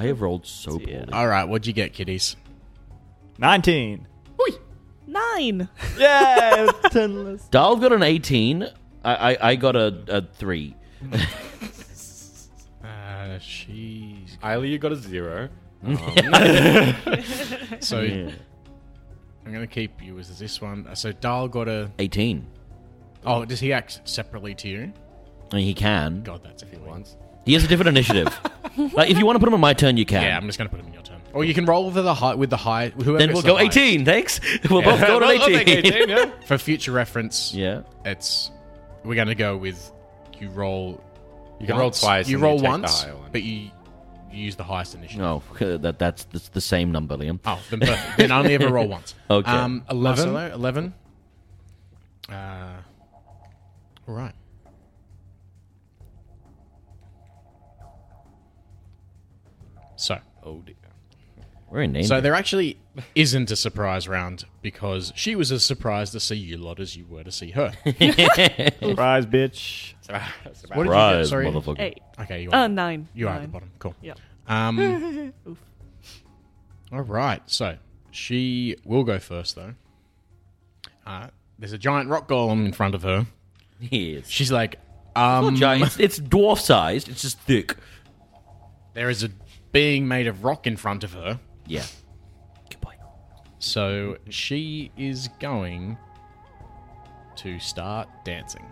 have rolled so poorly. All right, what'd you get, kiddies? Nineteen. Nine. Yeah, ten less. Dahl got an eighteen. I I, I got a, a three. Uh, she's Ileu got a zero. so. I'm gonna keep you as this one. Uh, So Dahl got a. Eighteen. Oh, does he act separately to you? And he can. God, that's if he wants. He has a different initiative. like if you want to put him on my turn, you can. Yeah, I'm just gonna put him in your turn. Or you can roll with the high with the high. Whoever then we'll go E 18, thanks. We'll both go to 18. yeah. for future reference. yeah. it's we're gonna go with you roll. You can roll once, twice. You and roll take the once, higher one. but you, you use the highest initiative. No, Oh, that that's, that's the same number, Liam. Oh, then, perfect. then I only ever roll once. Okay. Um, 11. Marcelo, 11. Uh, all right. So, Oh dear. We're in danger. so there actually isn't a surprise round because she was as surprised to see you lot as you were to see her. Surprise, bitch. What did you get? Sorry. Eight. Okay, you are, Uh, nine. you are at nine. the bottom. Cool. Yep. Um, all right. So she will go first, though. Uh, there's a giant rock golem in front of her. Yes. She's like, um, Giant. It's, it's dwarf sized. It's just thick. there is a being made of rock in front of her. Yeah. Good boy. So she is going to start dancing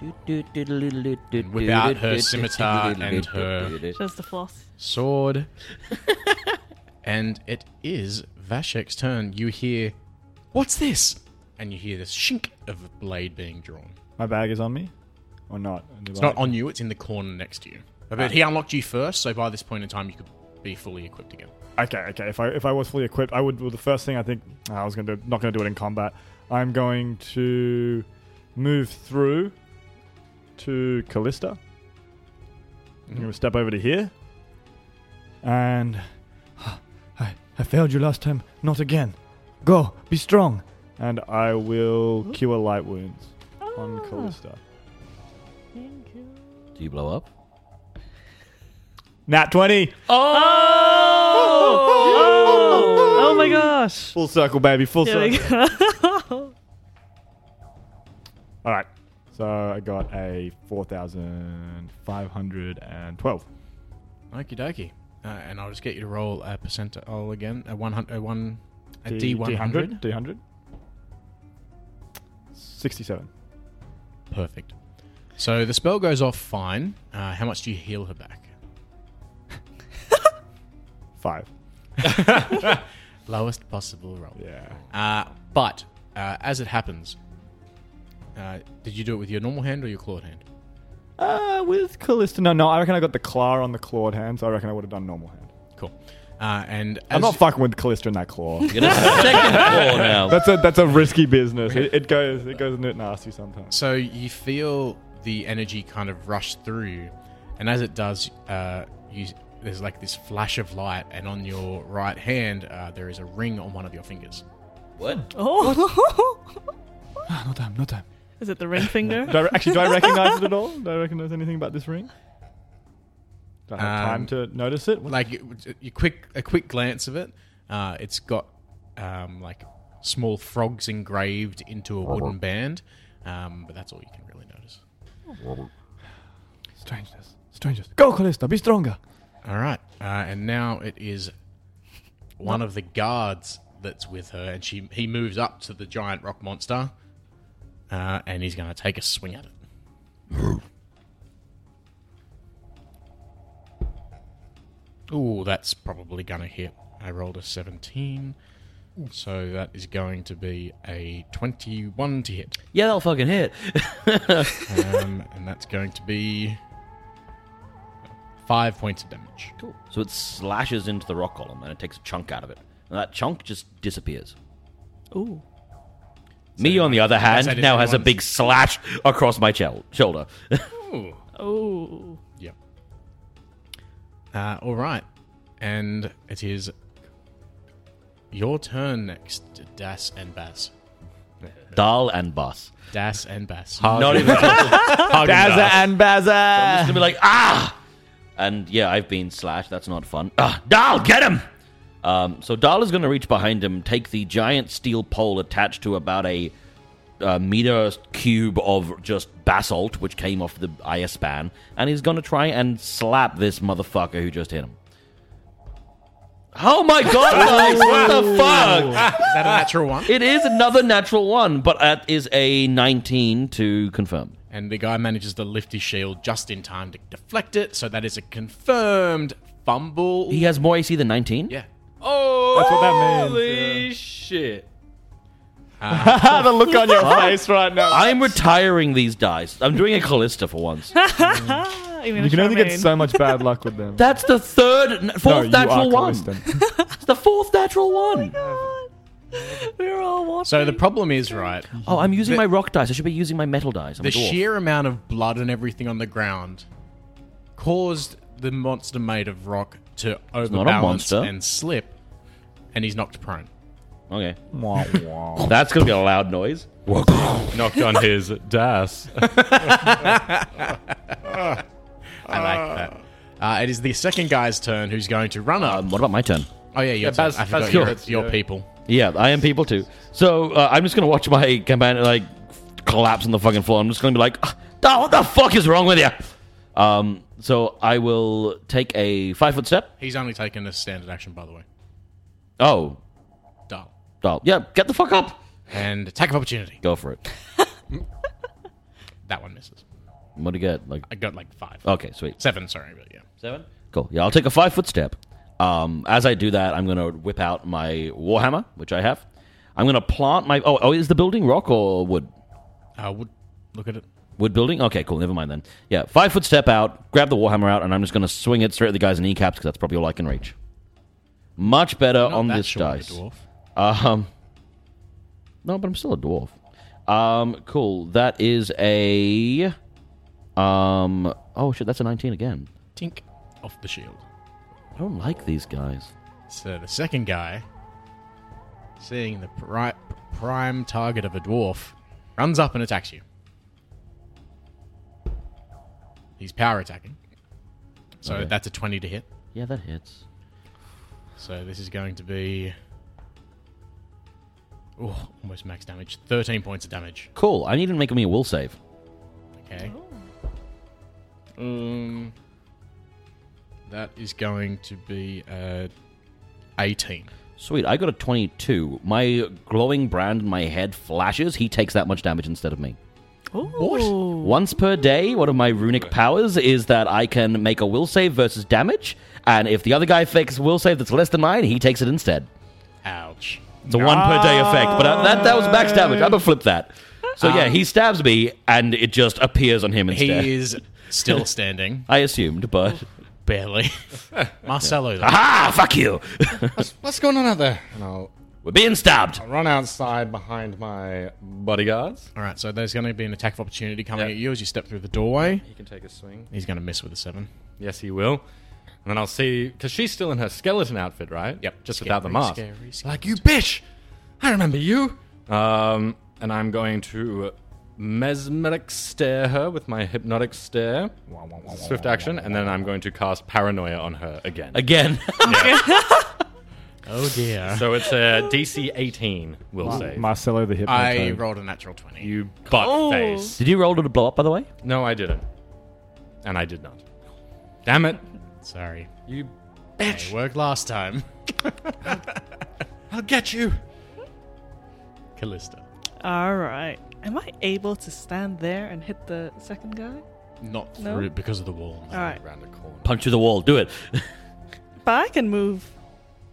Without her scimitar and her- Just the floss. sword. and it is Vashek's turn. You hear, what's this? And you hear this shink of a blade being drawn. My bag is on me, or not? It's not on you, it's in the corner next to you. But he unlocked you first, so by this point in time, you could be fully equipped again. Okay, okay. If I if I was fully equipped, I would. Well, the first thing I think ah, I was gonna do, not gonna do it in combat. I'm going to move through to Callista. I'm Mm-hmm. gonna step over to here, and I, I failed you last time. Not again. Go. Be strong. and I will cure light wounds on Callista. Do you blow up? Nat twenty, Oh my gosh. full circle, baby, full There we circle. go. All right. So I got a four thousand five hundred and twelve. Okie dokie. Uh, and I'll just get you to roll a percentile again, a 100, a, one, a D100. D hundred. Sixty-seven. Perfect. So the spell goes off fine. Uh, how much do you heal her back? Five. Lowest possible roll. Yeah. Uh, but uh, as it happens, uh, did you do it with your normal hand or your clawed hand? Uh, with Callista, no, no. I reckon I got the claw on the clawed hand, so I reckon I would have done normal hand. Cool. Uh, and as I'm not fucking with Callista in that claw. You're gonna second claw now. that's a that's a risky business. It, it goes it goes a bit nasty sometimes. So you feel the energy kind of rush through you, And as it does, uh, you, there's like this flash of light, and on your right hand, uh, there is a ring on one of your fingers. What? Oh, Ah, no time, no time. is it the ring finger? Do I, actually, do I recognize it at all? Do I recognize anything about this ring? Do I have Um, time to notice it? What- Like you, you quick a quick glance of it, uh, it's got um, like small frogs engraved into a wooden band, um, but that's all you can really notice. Strangeness, strangeness. Go, Callista, be stronger. All right, uh, and now it is one of the guards that's with her, and she he moves up to the giant rock monster, uh, and he's going to take a swing at it. Ooh, that's probably going to hit. I rolled a seventeen, so that is going to be a twenty-one to hit, Yeah, that'll fucking hit. um, and that's going to be five points of damage. Cool. So it slashes into the rock column and it takes a chunk out of it. And that chunk just disappears. Ooh. Me, on the other said hand, it's now has a anyone's- big slash across my chel- shoulder. Ooh. Oh. Yep. Uh, all right, and it is your turn next, Das and Bass. Dal and Bus. Das and Bass. Not even Daza and Baza. I'm just gonna be like, ah! And yeah, I've been slashed. That's not fun. Ah, Dahl, get him! Um, so Dahl is gonna reach behind him, take the giant steel pole attached to about a, uh meter cube of just basalt, which came off the IS span, and he's gonna try and slap this motherfucker who just hit him. Oh my god, guys! What the fuck? Is that a natural one? It is another natural one, but that is a 19 to confirm. And the guy manages to lift his shield just in time to deflect it, so that is a confirmed fumble. He has more AC than 19? Yeah. Oh, That's what that means, Holy shit! Ah, the look on your face right now. I'm retiring these dice. I'm doing a Callista for once. Ah, even you can only get Charmaine. so much bad luck with them. That's the third, n- no, fourth you are natural one. Callistan. It's the fourth natural one. We're all watching. So the problem is, right? Oh, I'm using The- my rock dice. I should be using my metal dice. I'm The a dwarf. sheer amount of blood and everything on the ground caused the monster made of rock to not a overbalance monster. and slip, and he's knocked prone. Okay. Wah, wah. That's going to be a loud noise. Knocked on his das. I like that. Uh, it is the second guy's turn who's going to run up. Um, what about my turn? oh yeah, your yeah, turn. Baz- I Baz forgot your, Kilrath's, your yeah. people. Yeah, I am people too. So uh, I'm just going to watch my companion like collapse on the fucking floor. I'm just going to be like, "Ah, Dal, what the fuck is wrong with you? Um, so I will take a five foot step. He's only taken a standard action, by the way. Oh, Dull. Dal, yeah, get the fuck up. And attack of opportunity. Go for it. That one misses. What do you get? Like I got like five, Okay, sweet. seven. Sorry, but yeah. Seven? Cool. Yeah, I'll take a five foot step. Um, as I do that, I'm going to whip out my Warhammer, which I have. I'm going to plant my. Oh, oh, is the building rock or wood? Uh, would look at it. Wood building? Okay, cool. Never mind then. Yeah, five foot step out, grab the Warhammer out, and I'm just going to swing it straight at the guy's kneecaps because that's probably all I can reach. Much better Not on that this short of a dice. dwarf. Um, no, but I'm still a dwarf. Um, cool. That is a. Um, oh shit, that's a 19 again. Tink off the shield. I don't like these guys. So the second guy, seeing the pri- prime target of a dwarf, runs up and attacks you. He's power attacking. So Okay. that's a 20 to hit. Yeah, that hits. So this is going to be. Oh, almost max damage. 13 points of damage. Cool. I need to make me a will save. Okay. Um, that is going to be uh, 18. Sweet. I got a 22. My glowing brand in my head flashes. He takes that much damage instead of me. Ooh. Once per day, one of my runic powers is that I can make a will save versus damage. And if the other guy fakes a will save that's less than mine, he takes it instead. Ouch. It's a one per day effect. But uh, that, that was max damage. I'm going to flip that. So yeah, he stabs me and it just appears on him He instead. is still standing. I assumed, but. Barely. Marcelo, though. Ah, fuck you! What's going on out there? And I'll We're being stabbed. I'll run outside behind my bodyguards. All right, so there's going to be an attack of opportunity coming Yeah. at you as you step through the doorway. He can take a swing. He's going to miss with a seven. Yes, he will. And then I'll see because she's still in her skeleton outfit, right? Yep. Just Scary, without the mask. scary, scary like you, bitch! I remember you. Um, and I'm going to mesmeric stare her with my hypnotic stare, swift action, and then I'm going to cast paranoia on her again. Again. Oh dear. So it's a DC 18. We'll say Marcelo the Hypno I Toad. rolled a natural twenty. you butt Cool. face. Did you roll to blow up, by the way? No, I didn't, and I did not. Damn it! Sorry. You It worked last time. I'll get you. Callista. All right. Am I able to stand there and hit the second guy? Not No? through because of the wall. All right. Around the corner. Punch through the wall. Do it. But I can move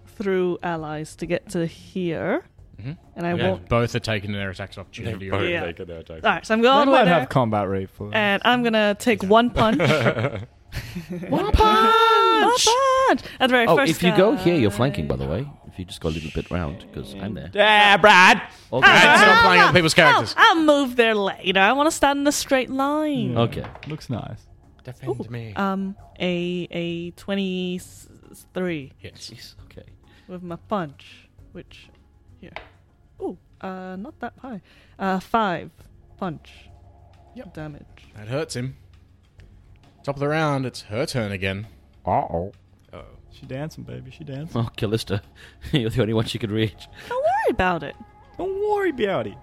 through allies to get to here, Mhm. and I Yeah, won't. both are taking their attacks of opportunity. Both right? Yeah. take it, they're taking it. All right, so I'm going Why do over I there, have combat rate for that? and I'm gonna take one punch. One punch. One punch at the very Oh, first. if you go guy. here, you're flanking, by the way. If you just go a little bit round, because I'm there. Yeah, Brad! Okay. Alright, stop playing other people's characters. Ah, I'll move there later. I want to stand in a straight line. okay. Looks nice. Defend me. Um, a a twenty-three Hits. Jeez, okay. with my punch, which here. Ooh, uh, not that high. Uh, five punch. Yep. Damage. That hurts him. Top of the round, it's her turn again. Uh oh. Oh, She dancing, baby. She dancing. Oh, Callista. You're the only one she could reach. Don't worry about it. Don't worry, Beauty.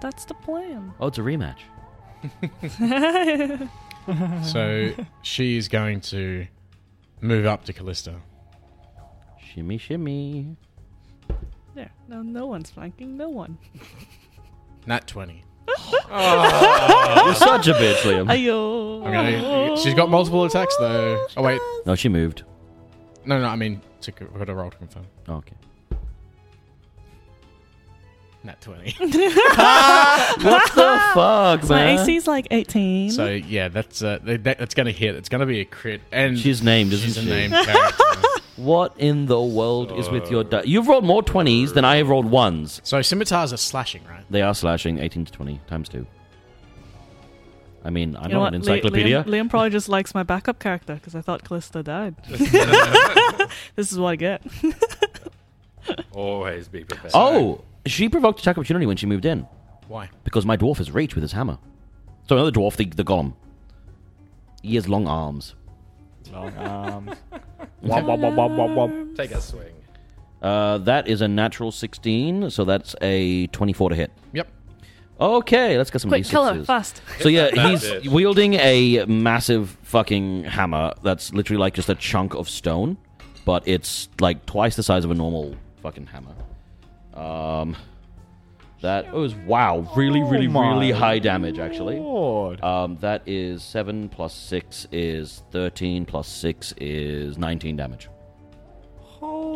That's the plan. Oh, it's a rematch. Uh-huh. So she's going to move up to Callista. Shimmy, shimmy. There. No, no one's flanking. No one. Nat 20. You're such a bitch, Liam. Ayo. I'm Oh. gonna, she's got multiple attacks though. Oh wait, No, she moved. Oh, no, no. I mean, to, c- we've got a roll to confirm. Okay. Nat 20. What the fuck, My man? AC's like 18. So Mm-hmm. yeah, that's uh, that, that's gonna hit. It's gonna be a crit, and She's named, isn't she's a she? named character. What in the world is with your di- You've rolled more 20s than I have rolled ones. so scimitars are slashing, right? They are slashing 18 to 20 times 2. I mean, I'm You know not what? an Li- encyclopedia. Liam, Liam probably just likes my backup character because I thought Callista died. this is what I get. always be prepared. oh, she provoked attack opportunity when she moved in Why? because my dwarf is reach with his hammer. So another dwarf, the, the golem. He has long arms. Long arms. wop, wop, wop, wop, wop, wop. take a swing. Uh, that is a natural 16, so that's a 24 to hit. Yep. Okay, let's get some Quick, d color, fast. So yeah, That's he's it. wielding a massive fucking hammer that's literally like just a chunk of stone, but it's like twice the size of a normal fucking hammer. Um, that was wow, really, really, Oh my really high damage actually. Lord. Um, that is seven plus six is thirteen plus six is nineteen damage.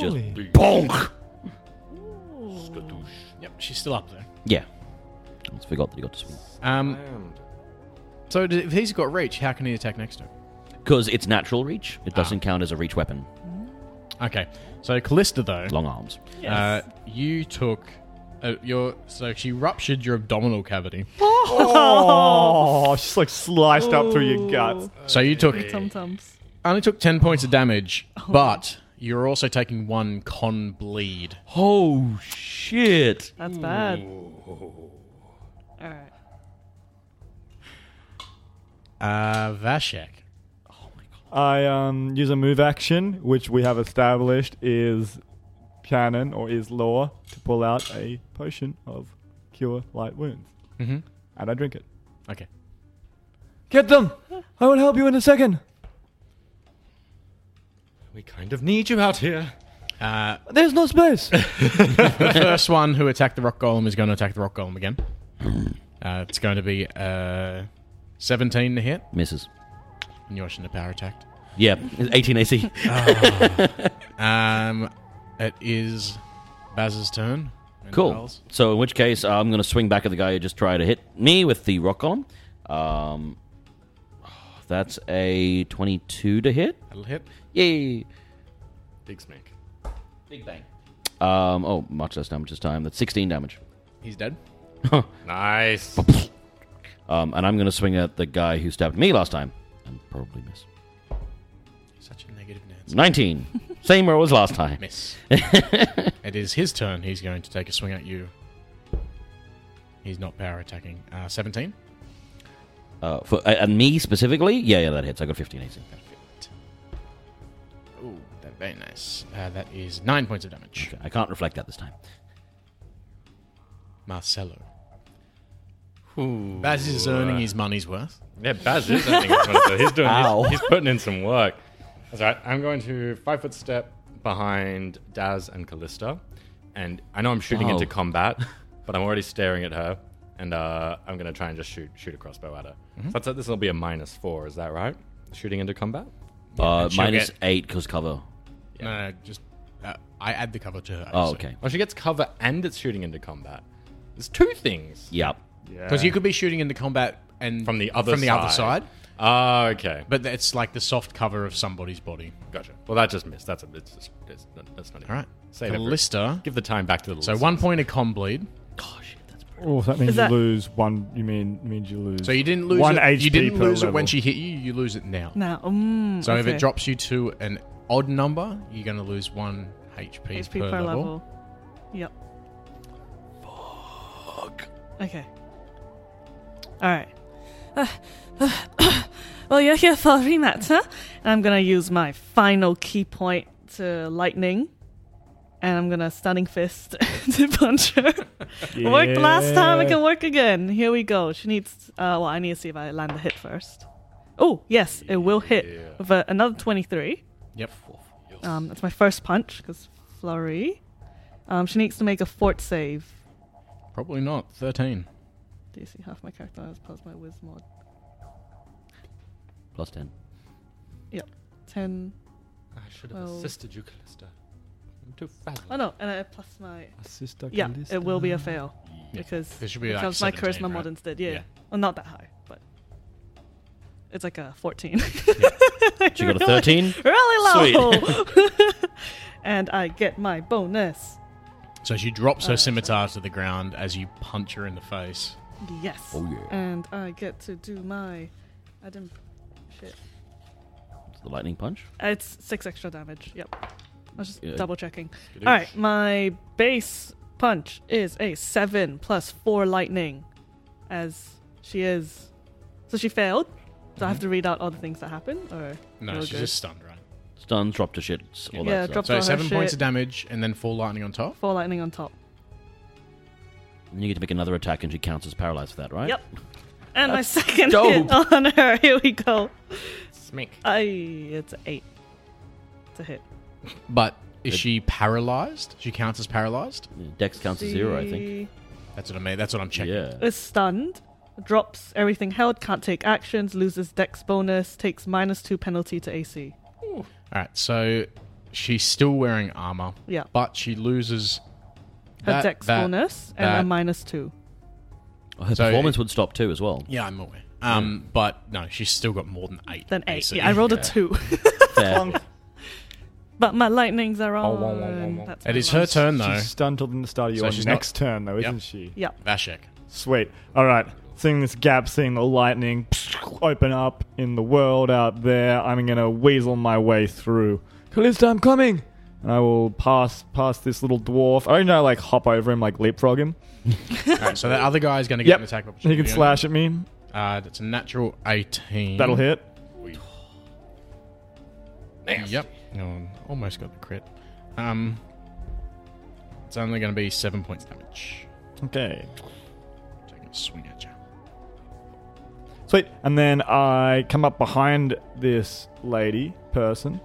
Just Holy. bonk. Yep. She's still up there. Yeah, I just forgot that he got to swing Um. So d- if he's got reach, how can he attack next to him? because it's natural reach. It doesn't Ah. count as a reach weapon. Okay. So Callista though, Long arms. uh, you took uh, your so she ruptured your abdominal cavity. oh, she's like sliced up through your guts. So you took Sometimes. only took ten points of damage, Oh. but you're also taking one con bleed. Oh shit! That's bad. Alright. Uh, Vashek. I um, use a move action, which we have established is canon or is law, to pull out a potion of cure light wounds. Mm-hmm. And I drink it. Okay. Get them! I will help you in a second. We kind of need you out here. Uh, There's no space. first one who attacked the rock golem is going to attack the rock golem again. Uh, it's going to be uh, 17 to hit, Misses. and you shouldn't have power attacked. Yeah, 18 AC. Um, it is Baz's turn. And cool. Val's. So in which case, I'm going to swing back at the guy who just tried to hit me with the rock on. Um, that's a 22 to hit. That'll hit. Yay! Big snake. Big bang. Um, oh, much less damage this time. That's 16 damage. He's dead. Nice. Um, and I'm going to swing at the guy who stabbed me last time and probably miss. Such a negative Nancy. 19. Same roll as last time. Miss. it is his turn. He's going to take a swing at you. He's not power attacking. Uh, 17. Uh, for, uh, and me specifically? Yeah, yeah, that hits. I got 15 AC. Perfect. Ooh, that very nice. Uh, that is 9 points of damage. Okay, I can't reflect that this time. Marcelo. Baz is earning his money's worth. Yeah, Baz is earning his money, so He's doing. Ow. He's, he's putting in some work. That's all right. I'm going to five foot step behind Daz and Callista, and I know I'm shooting Wow. into combat, but I'm already staring at her, and uh, I'm going to try and just shoot shoot a crossbow at her. So that's this will uh, be a minus four. Is that right? Shooting into combat. Uh, and she'll minus get- 8 because cover. No, no, just. Uh, I add the cover to her. Oh, okay. Well, she gets cover and it's shooting into combat. There's two things. Yep. Because you could be shooting in the combat and From the other from the other side. side, Oh, okay. but it's like the soft cover of somebody's body. Gotcha. Well, that just missed. That's a. It's just. It's, that's not. even- All right, Say that. Bruce. Callista. Give the time back to the. So listeners. one point of com bleed. Oh, so that means Is that- you lose one. You mean means you lose. So you didn't lose one it. HP you didn't per lose it when level. she hit you. You lose it now. Now, mm, So if okay. it drops you to an odd number, you're going to lose one HP, HP per, level. Yep. Fuck. Okay. All right. well, you're here for a rematch, huh? And I'm gonna use my final key point to lightning, and I'm gonna stunning fist to punch her. Worked last time; it Yeah. can work again. Here we go. She needs. Uh, well, I need to see if I land the hit first. Oh, yes, it will hit with a, another twenty-three. Yep. Oh. Um, that's my first punch because flurry. Um, she needs to make a fort save. Probably not. 13. Do you see half my character has plus my whiz mod? Plus 10. Ten. I should have Well- assisted you, Callista. I'm too fast. Oh no, and I plus my. Sister Yeah, it will be a fail because There should be it like comes my 17, charisma right? mod instead. Yeah. Yeah. well, not that high, but it's like a fourteen. She got a 13. really low. and I get my bonus. So she drops Oh, her scimitar to the ground as you punch her in the face. Yes. Oh, yeah. And I get to do my. I didn't. Shit. the lightning punch. Uh, It's six extra damage. Yep. I was just Yeah. double checking. All right, my base punch is a seven plus four lightning, as she is. So she failed. Do I have to Mm-hmm. read out all the things that happen, or No, we're she's good? just stunned, right? Stuns, drop to shit. All Yeah, that drop- stuff. So Oh, seven shit. points of damage and then four lightning on top. four lightning on top? And you get to make another attack and she counts as paralyzed for that, right? Yep. And my second dope. hit on her. Here we go. Smink. I it's an eight. It's a hit. But is she paralyzed? She counts as paralyzed. Dex counts as zero, I think. She That's what I mean. That's what I'm checking. Yeah. Is stunned. Drops everything held. Can't take actions. Loses dex bonus. Takes minus two penalty to AC. All right. So she's still wearing armor, Yeah. but she loses Her that- dex that- bonus and that- a minus two. Her So- performance would stop too as well. Yeah, I'm aware. Um, but no, she's still got more than eight. Then eight. AC. Yeah, I rolled Yeah. a two. Fair. But my lightnings are on. wah, wah, wah, wah. That's It my is her last- turn though. She's stunned till the start of So your she's next turn, though, isn't Yep. she? Yeah. Vashek. Sweet. All right. Seeing this gap, seeing the lightning open up in the world out there, I'm gonna weasel my way through. Callista, I'm coming. And I will pass past this little dwarf. I don't know, like hop over him, like leapfrog him. Alright, so that other guy's going to get Yep. an attack of He opportunity. can slash at me. Uh, that's a natural 18. That'll hit. Yep. Oh, almost got the crit. Um, it's only going to be 7 points damage. Okay. Taking a swing at you. Sweet. And then I come up behind this lady person,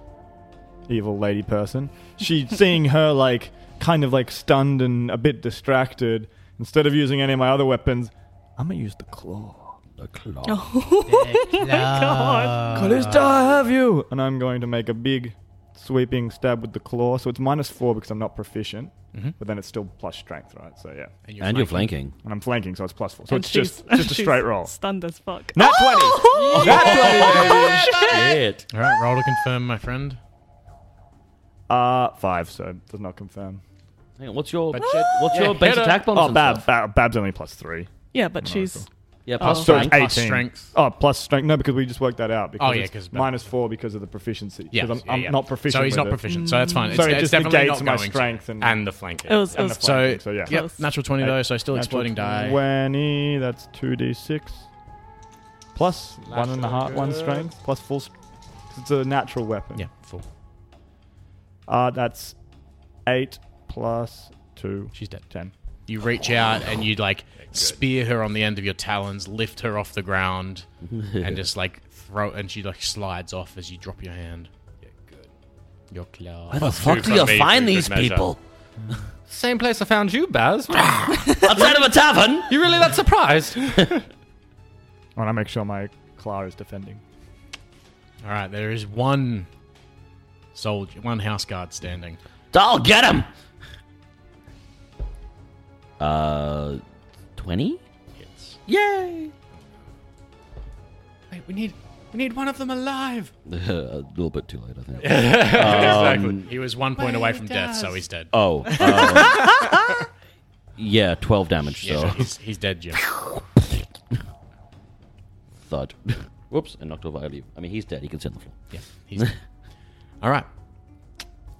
evil lady person. She, seeing her like kind of like stunned and a bit distracted, instead of using any of my other weapons, I'm gonna use the claw. A claw. Oh my god. Callista, I have you! And I'm going to make a big sweeping stab with the claw. So it's minus four because I'm not proficient, Mm-hmm. Mhm. but then it's still plus strength, right? So yeah. And And you're flanking. And I'm flanking, so it's plus four. So And it's just she's- just a she's Oh! straight roll. Stunned as fuck. Not 20! Not 20, baby! Shit. All right, roll to confirm, my friend. Uh, five, so it does not confirm. Hang on, what's your But what's your base attack bonus? Oh, and Bab, stuff? Bab, Bab's only plus three. Yeah, but No, she's cool. Yeah, Oh. plus So it's strength. Plus eighteen. strength. Oh, plus strength. No, because we just worked that out. Because Oh, yeah, it's 'cause Bab- minus four because of the proficiency. Yeah, Because I'm, yeah, I'm yeah. not proficient. So he's with not it. proficient. So that's fine. It's, So it it's just definitely negates not my going to. strength and- and the flanking. it was, it And the was so, flanking, so yeah. yep, Close. natural twenty though. So still Natural exploding die. Twenty. That's two d six. Plus one and a half, one good. strength. Plus full. St- 'cause it's a natural weapon. Yeah, full. Uh, that's eight plus two. She's dead. Ten. You reach out and you like Oh, spear her on the end of your talons, lift her off the ground, and just like throw. And she like slides off as you drop your hand. Yeah, good. Your claw. Where the fuck do you find these people? Same place I found you, Baz. Outside of a tavern. you really that surprised? And I make sure my Clara is defending. All right, there is one soldier, one house guard standing. I'll get him. Uh, twenty. Hits. Yay! Wait, we need we need one of them alive. a little bit too late, I think. Exactly. He was one point away from death, so he's dead. Oh. um, yeah, 12 damage, Oh. Yeah, so he's, he's dead, Jim. thud. Whoops, and knocked over I leave. I mean, he's dead. He can sit on the floor. Yeah, he's dead. All right.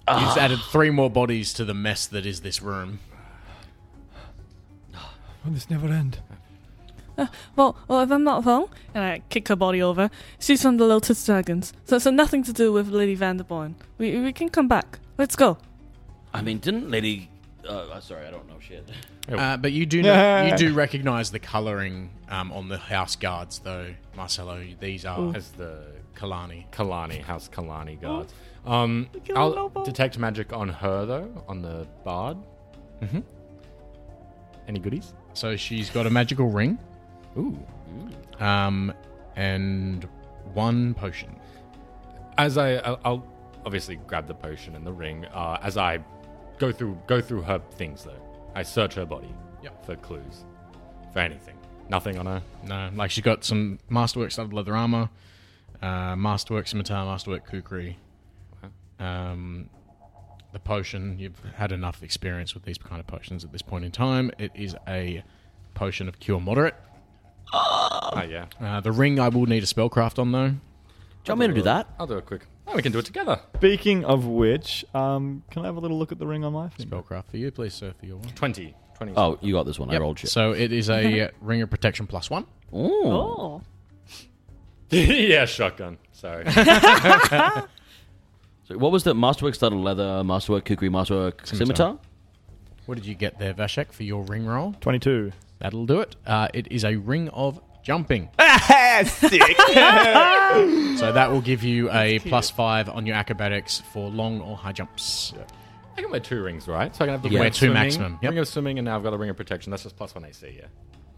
Ah. You've added three more bodies to the mess that is this room. Will this never end? Well, well, if I'm not wrong, and I kick her body over, she's from the Lotus Dragons, so so nothing to do with Lady Vanderborn. We we can come back. Let's go. I mean, didn't Lady. Uh, uh, sorry, I don't know shit. Uh, but you do know, you do recognize the coloring um, on the house guards, though, Marcelo. These are As the Kalani. Kalani House Kalani guards. Um, Look at Oh. the I'll lobo. detect magic on her though, on the bard. Mm-hmm. Any goodies? So she's got a magical ring Ooh. um, and one potion. As I, I'll, I'll obviously grab the potion and the ring. Uh, as I go through go through her things though, I search her body Yep. for clues, for anything. Nothing on her. No, like she's got some masterwork studded leather armor, uh, masterwork scimitar, masterwork kukri. Um, the potion, you've had enough experience with these kind of potions at this point in time. It is a potion of cure moderate. Oh yeah. Uh, the ring, I will need a spellcraft on though. Do you want me to do that? I'll do it quick. Oh, we can do it together. Speaking of which, um, can I have a little look at the ring on my finger? Spellcraft for you, please, sir, for your one. 20. 20. Oh, you got this one. I rolled shit. So it is a uh, ring of protection plus one. Ooh. Oh, yeah, shotgun. Sorry. So what was the masterwork studded leather, masterwork kukri, masterwork scimitar? Scimitar. What did you get there, Vashek, for your ring roll? Twenty-two. That'll do it. Uh, it is a ring of jumping. so that will give you a plus five on your acrobatics for long or high jumps. I can wear two rings, right? So I can have the can ring wear of two swimming, maximum, yep. Ring of swimming, and now I've got a ring of protection. That's just plus one AC, yeah.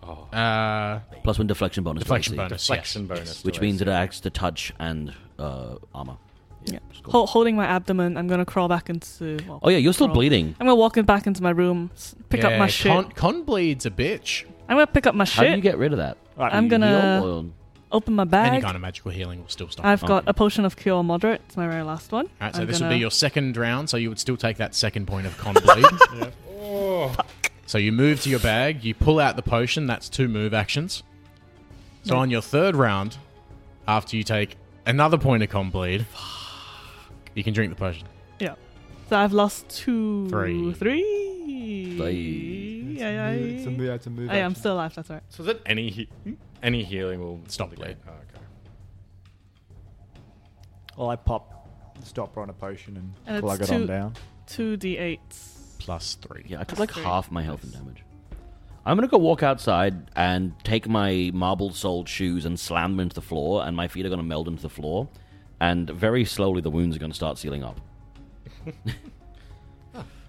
Uh, Plus one deflection bonus. to deflection AC, bonus. Flexion yes. bonus. to Which AC. means it acts to touch and uh, armor. yeah. Hol- holding my abdomen, I'm gonna crawl back into. Well, Oh, yeah, you're still crawl. bleeding. I'm gonna walk in back into my room, s- pick up Yeah, my shit. Con, con bleed's a bitch. I'm gonna pick up my How do you shit. get rid of that? I'm gonna You're- open my Any bag. kind of magical healing will still stop. I've it. got a potion of cure moderate. It's my very last one. All right, so I'm this gonna- would be your second round, so you would still take that second point of con bleed. Oh. So you move to your bag, you pull out the potion, that's two move actions. So on your third round, after you take another point of con bleed, you can drink the potion. Yeah. So I've lost two, Three. three. Three. Aye, aye. Aye, I'm still alive. That's right. So that any he- any healing will Stop negate- bleed. Oh, okay. Well, I pop the stopper on a potion and, And plug it's it on two- down. Two d8s. Plus three. Yeah, I took Plus like three. half my health and damage. I'm gonna go walk outside and take my marble-soled shoes and slam them into the floor, and my feet are gonna meld into the floor, and very slowly the wounds are gonna start sealing up.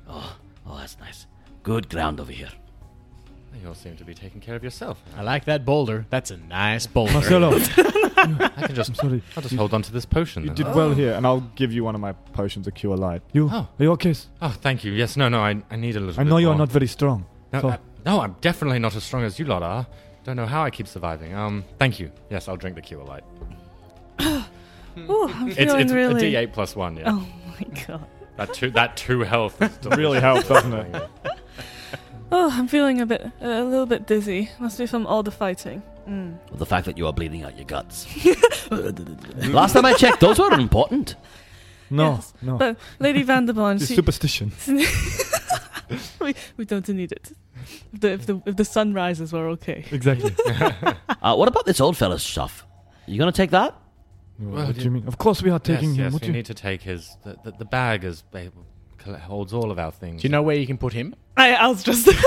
oh, oh, that's nice. Good ground over here. You all seem to be taking care of yourself. I like that boulder. That's a nice boulder. Marcelo, I can just, I'm sorry. I'll just hold on to this potion. You then. did well here, and I'll give you one of my potions of cure light. You, Oh. are you okay? oh, thank you. Yes, no, no, I, I need a little I bit know you are more. not very strong. No, so, I- no, I'm definitely not as strong as you lot are. Don't know how I keep surviving. Um, thank you. Yes, I'll drink the cure light. Ooh, I'm It's, feeling Hmm. it's really. a D8 plus one, yeah. Oh my god. That two, that two health is delicious. really helps, doesn't it? Oh, I'm feeling a bit, a little bit dizzy. Must be from all the fighting. Mm. The fact that you are bleeding out your guts. Last time I checked, those were important. No, Yes. no. But Lady Vanderborn, it's she, superstition. we, we don't need it. If the, if the if the sun rises, we're okay. Exactly. Uh, what about this old fella's stuff? You gonna take that? what do you mean? Of course we are Yes, taking him. yes, what we do you- need to take his. The, the, the bag is eh, holds all of our things. Do you know where you can put him? I, I was just saying.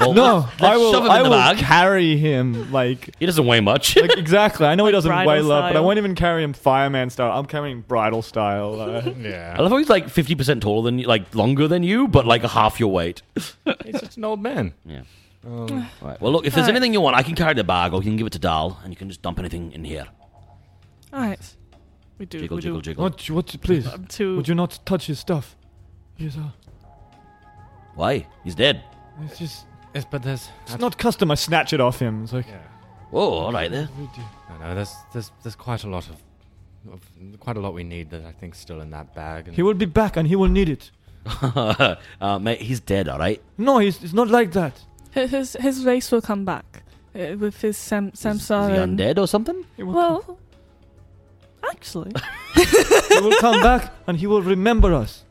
Well, no, let's- let's I will. shove him I in the will bag. carry him like He doesn't weigh much. Like, exactly. I know he doesn't bridal weigh love, but I style. won't even carry him fireman style. I'm carrying bridal style. uh, I Yeah. love how he's like fifty percent taller than you, like longer than you, but like half your weight. He's just an old man. Yeah. right. Well, look, if there's Alright. anything you want, I can carry the bag, or you can give it to Dal, and you can just dump anything in here. all right, we do. Jiggle, we jiggle, do. jiggle. What? What? Please, I'm too. would you not touch his stuff? He's a. Why? He's dead. It's just. Yes, but there's. it's not custom. I snatch it off him. It's like Yeah. Whoa! Oh, All right there. No, no. There's there's there's quite a lot of, of quite a lot we need that I think still in that bag. And He will be back, and he will need it. uh, mate, he's dead. All right. No, he's. It's not like that. Hi- His his race will come back uh, with his Sam Is- Is he Samsara. undead or something? Well, actually, He will come back, and he will remember us.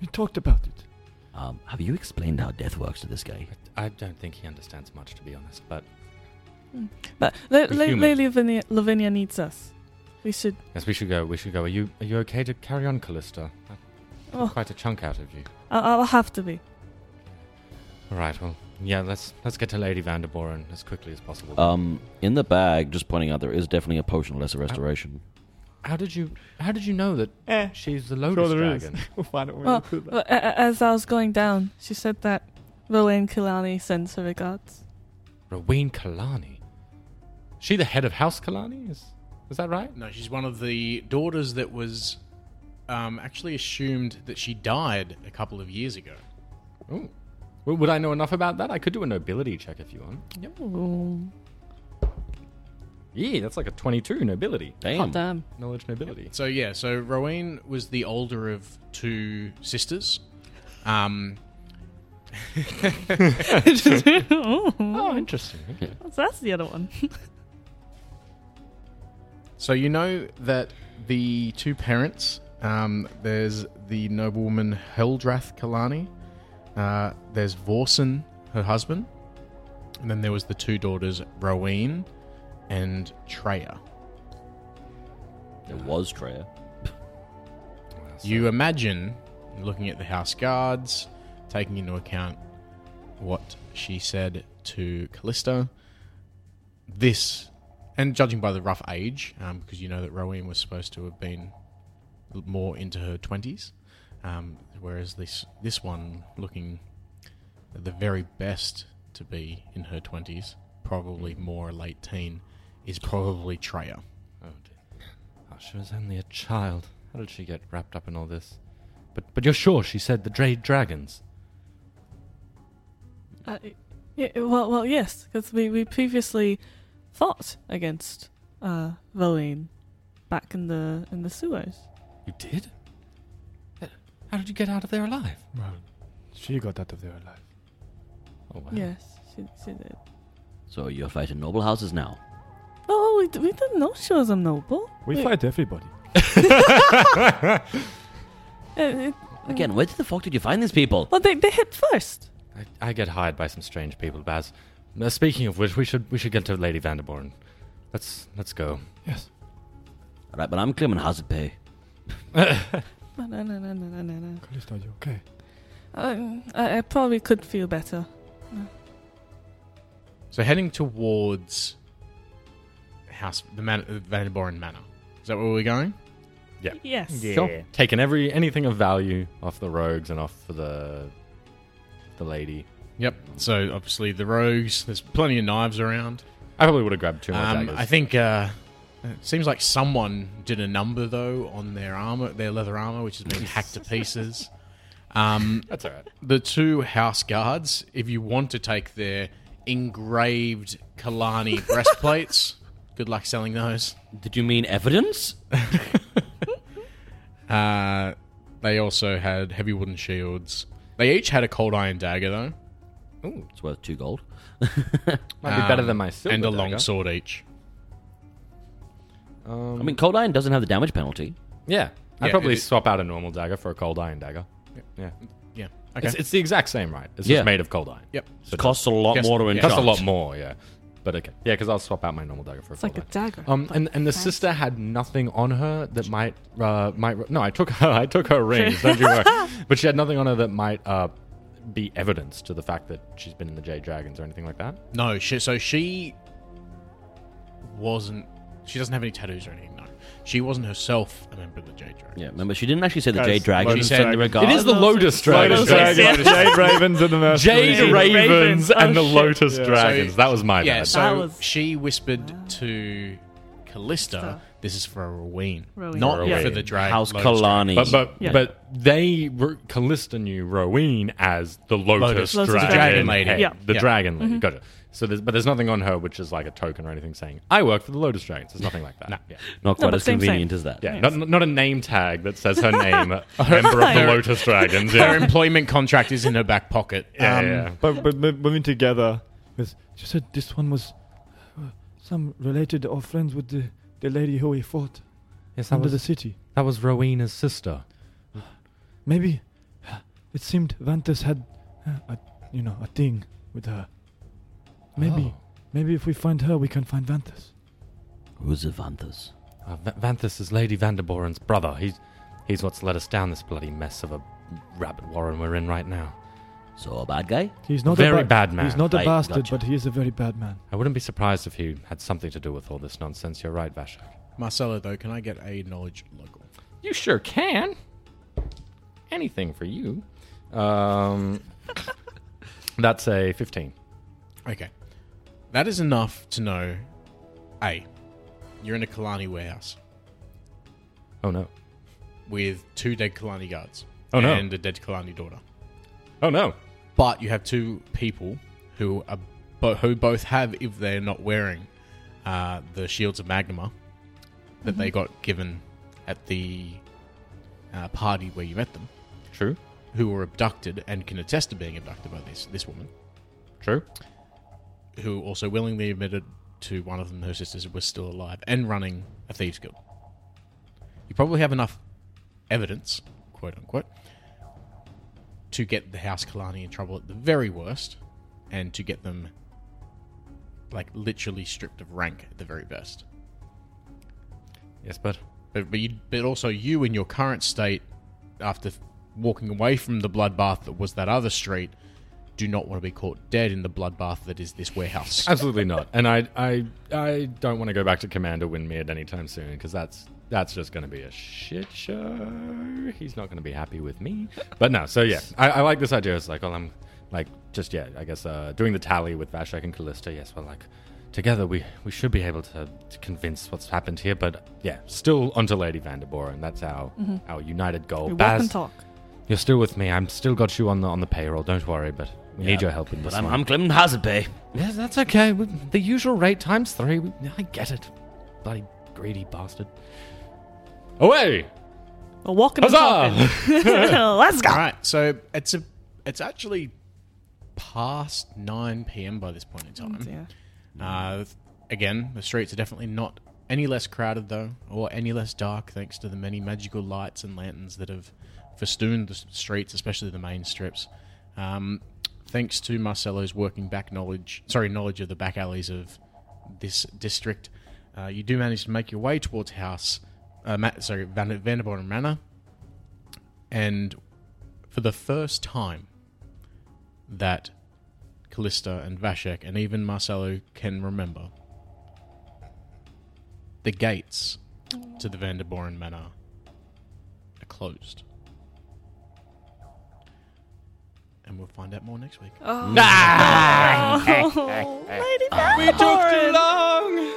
We talked about it. Um, have you explained how death works to this guy? I don't think he understands much, to be honest. But but La- The La- human. Lady Lavinia, Lavinia needs us. We should. yes, we should go. We should go. Are you are you okay to carry on, Callista? I took Oh. Quite a chunk out of you. I- I'll have to be. All right. Well, yeah. Let's let's get to Lady Vanderboren as quickly as possible. Um, in the bag, just pointing out, there is definitely a potion of lesser restoration. how did you How did you know that eh. she's the Sure Lotus there is. Dragon? We'll find out when Well, we put that. But a- a- as I was going down, she said that Rowan Kilani sends her regards. Rowena Kalani. She the head of House Kalani? Is is that right? No, she's one of the daughters that was um, actually assumed that she died a couple of years ago. Ooh. Well, would I know enough about that? I could do a nobility check if you want. Ooh, Yeah, that's like a 22 nobility. Damn. damn. Knowledge nobility. So yeah, so Rowena was the older of two sisters. Um, Mm. oh, Oh, interesting. that's the other one. so you know that the two parents, um, there's the noblewoman Heldrath Kalani, uh, there's Vorsen, her husband, and then there was the two daughters Rowena and Treya. There was Treya. You imagine looking at the house guards, taking into account what she said to Callista. This, and judging by the rough age, um, because you know that Rowan was supposed to have been more into her twenties, um, whereas this this one looking at the very best to be in her twenties, probably more late teen, is probably Treya. Oh, dear. Oh, she was only a child. How did she get wrapped up in all this? But but you're sure she said the Drade Dragons? Uh, yeah, well, well, yes, because we, we previously fought against uh, Valine back in the in the sewers. You did? How did you get out of there alive? Well, she got out of there alive. Oh, wow. Yes, she, she did. So you're fighting noble houses now. Oh, we, d- we didn't know she was a noble. We Wait, fight everybody. uh, it- Again, where the fuck did you find these people? well, they, they hit first. I, I get hired by some strange people, Baz. Now, speaking of which, we should we should get to Lady Vanderborn. Let's let's go. Yes. All right, but I'm claiming hazard pay. Ba-na-na-na-na-na-na. Calista, you okay? Um, I, I probably could feel better. So heading towards house the man- uh, Vanderborn Manor. Is that where we're going? Yes. Sure. Taking every anything of value off the rogues and off for the the lady. Yep. So obviously the rogues. There's plenty of knives around. I probably would have grabbed two more Um, daggers. I think uh, it seems like someone did a number though on their armor, their leather armor, which has been hacked to pieces. Um, that's all right. the two house guards, if you want to take their engraved Kalani breastplates, good luck selling those. Did you mean evidence? Uh, They also had heavy wooden shields. They each had a cold iron dagger, though, It's worth two gold. Might be better Um, than my silver and a dagger. long sword each. Um, I mean, cold iron doesn't have the damage penalty. yeah, I'd Yeah, probably it is- swap out a normal dagger for a cold iron dagger. Yeah, Yeah. Okay. It's, it's the exact same, right? It's Yeah. just made of cold iron. yep. It costs a lot Yes, more to yeah. It enchant. costs a lot more, yeah. But okay, yeah, because I'll swap out my normal dagger for a It's like cold a dagger. iron. Um, and and the sister had nothing on her that might uh might no, I took her I took her rings, don't you worry. But she had nothing on her that might uh be evidence to the fact that she's been in the J Dragons or anything like that. No, she, so she wasn't. She doesn't have any tattoos or anything. No, she wasn't herself a member of the J Dragon. Yeah, remember she didn't actually say the Guys, Jade Dragon. Lotus She said the Dragon. regard. it is the Lotus Dragon. Lotus Dragons. Dragons, Jade Ravens, and the Mercenaries. Jade Ravens Ravens. and the Oh, shit. Lotus Yeah. Dragons. So- that was my Yeah, bad. so That was- she whispered to Callista, "This is for Rowena, Rowena. not Yeah. for the dragon." House Kalani. But but Yeah. but they were, Callista knew Rowena as the Lotus. Lotus, Lotus dragon, Dragon Lady. head, Yeah. Mm-hmm. the Yeah. dragon lady. Gotcha. So there's, but there's nothing on her which is like a token or anything saying I work for the Lotus Dragons. There's nothing like that. Yeah, Not quite but as same, convenient same. as that. yeah. Not, not a name tag that says her name, member of the Right. Lotus Dragons. Her Yeah, employment contract is in her back pocket. yeah, Um, yeah. But, but mo- moving together, Yes, she said this one was uh, some related or friends with the, the lady who we fought Yes, that under was the city. that was Rowena's sister. Maybe uh, it seemed Vantas had, uh, a, you know, a thing with her. Oh. Maybe, maybe if we find her, we can find Vantas. Who's Avanthus? Uh, Va- Vanthus is Lady Vanderboren's brother. He's he's what's let us down this bloody mess of a rabbit warren we're in right now. So a bad guy? He's not Very a ba- bad man. He's not a Right, bastard, gotcha. but he is a very bad man. I wouldn't be surprised if he had something to do with all this nonsense. You're right, Vashak. Marcella, though, can I get a knowledge local? You sure can. Anything for you. Um, that's a 15. Okay, that is enough to know. A, you're in a Kalani warehouse Oh no. with two dead Kalani guards. Oh, no. And a dead Kalani daughter. Oh no. but you have two people who are bo- who both have, if they're not wearing, uh, the shields of Magnuma that they got given at the uh, party where you met them, True. who were abducted and can attest to being abducted by this this woman, True. who also willingly admitted to one of them her sisters was still alive and running a thieves guild. You probably have enough evidence, quote unquote, to get the House Kalani in trouble at the very worst, and to get them like literally stripped of rank at the very best. Yes, but But but, you, but also you in your current state, after f- walking away from the bloodbath that was that other street, do not want to be caught dead in the bloodbath that is this warehouse. absolutely not. And I, I, I don't want to go back to Commander Winmead anytime soon because that's that's just going to be a shit show. He's not going to be happy with me. But no. So yeah, I, I like this idea. It's like, well, I'm like just yeah. I guess uh, doing the tally with Vashak and Callista. Yes, well, like together we we should be able to, to convince what's happened here. But yeah, still onto Lady Vanderboren. That's our our united goal. We walk Baz, and talk. You're still with me. I'm still got you on the on the payroll. Don't worry, but we Yeah, need your help in this. But I'm, one. I'm Clement Hazardpay. Yes, that's okay. We- The usual rate times three. We- I get it. Bloody greedy bastard. Away! We're walking Huzzah! and talking. Let's All go. right, so it's a it's actually past nine p.m. by this point in time. Yeah. Uh, th- again, the streets are definitely not any less crowded though, or any less dark, thanks to the many magical lights and lanterns that have festooned the s- streets, especially the main strips. Um, thanks to Marcelo's working back knowledge, sorry, knowledge of the back alleys of this district, uh, you do manage to make your way towards House, uh, Ma- sorry, Van- Vanderborn Manor, and for the first time that Callista and Vashek and even Marcelo can remember. The gates to the Vanderboren Manor are closed. And we'll find out more next week. Oh, Lady Valorant.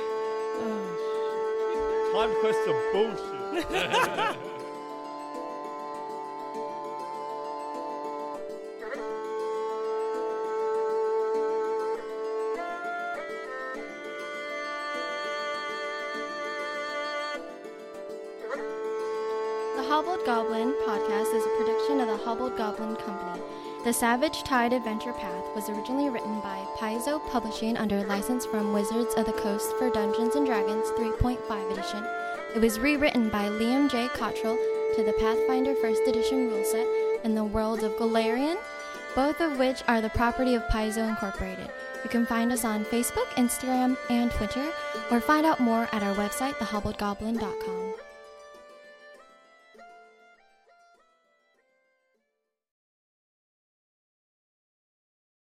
time quests are bullshit. The Hobbled Goblin podcast is a production of the Hobbled Goblin Company. The Savage Tide Adventure Path was originally written by Paizo Publishing under license from Wizards of the Coast for Dungeons and Dragons 3.5 edition. It was rewritten by Liam J. Cottrell to the Pathfinder 1st edition rule set and the world of Galarian, both of which are the property of Paizo Incorporated. You can find us on Facebook, Instagram, and Twitter, or find out more at our website, thehobbledgoblin.com.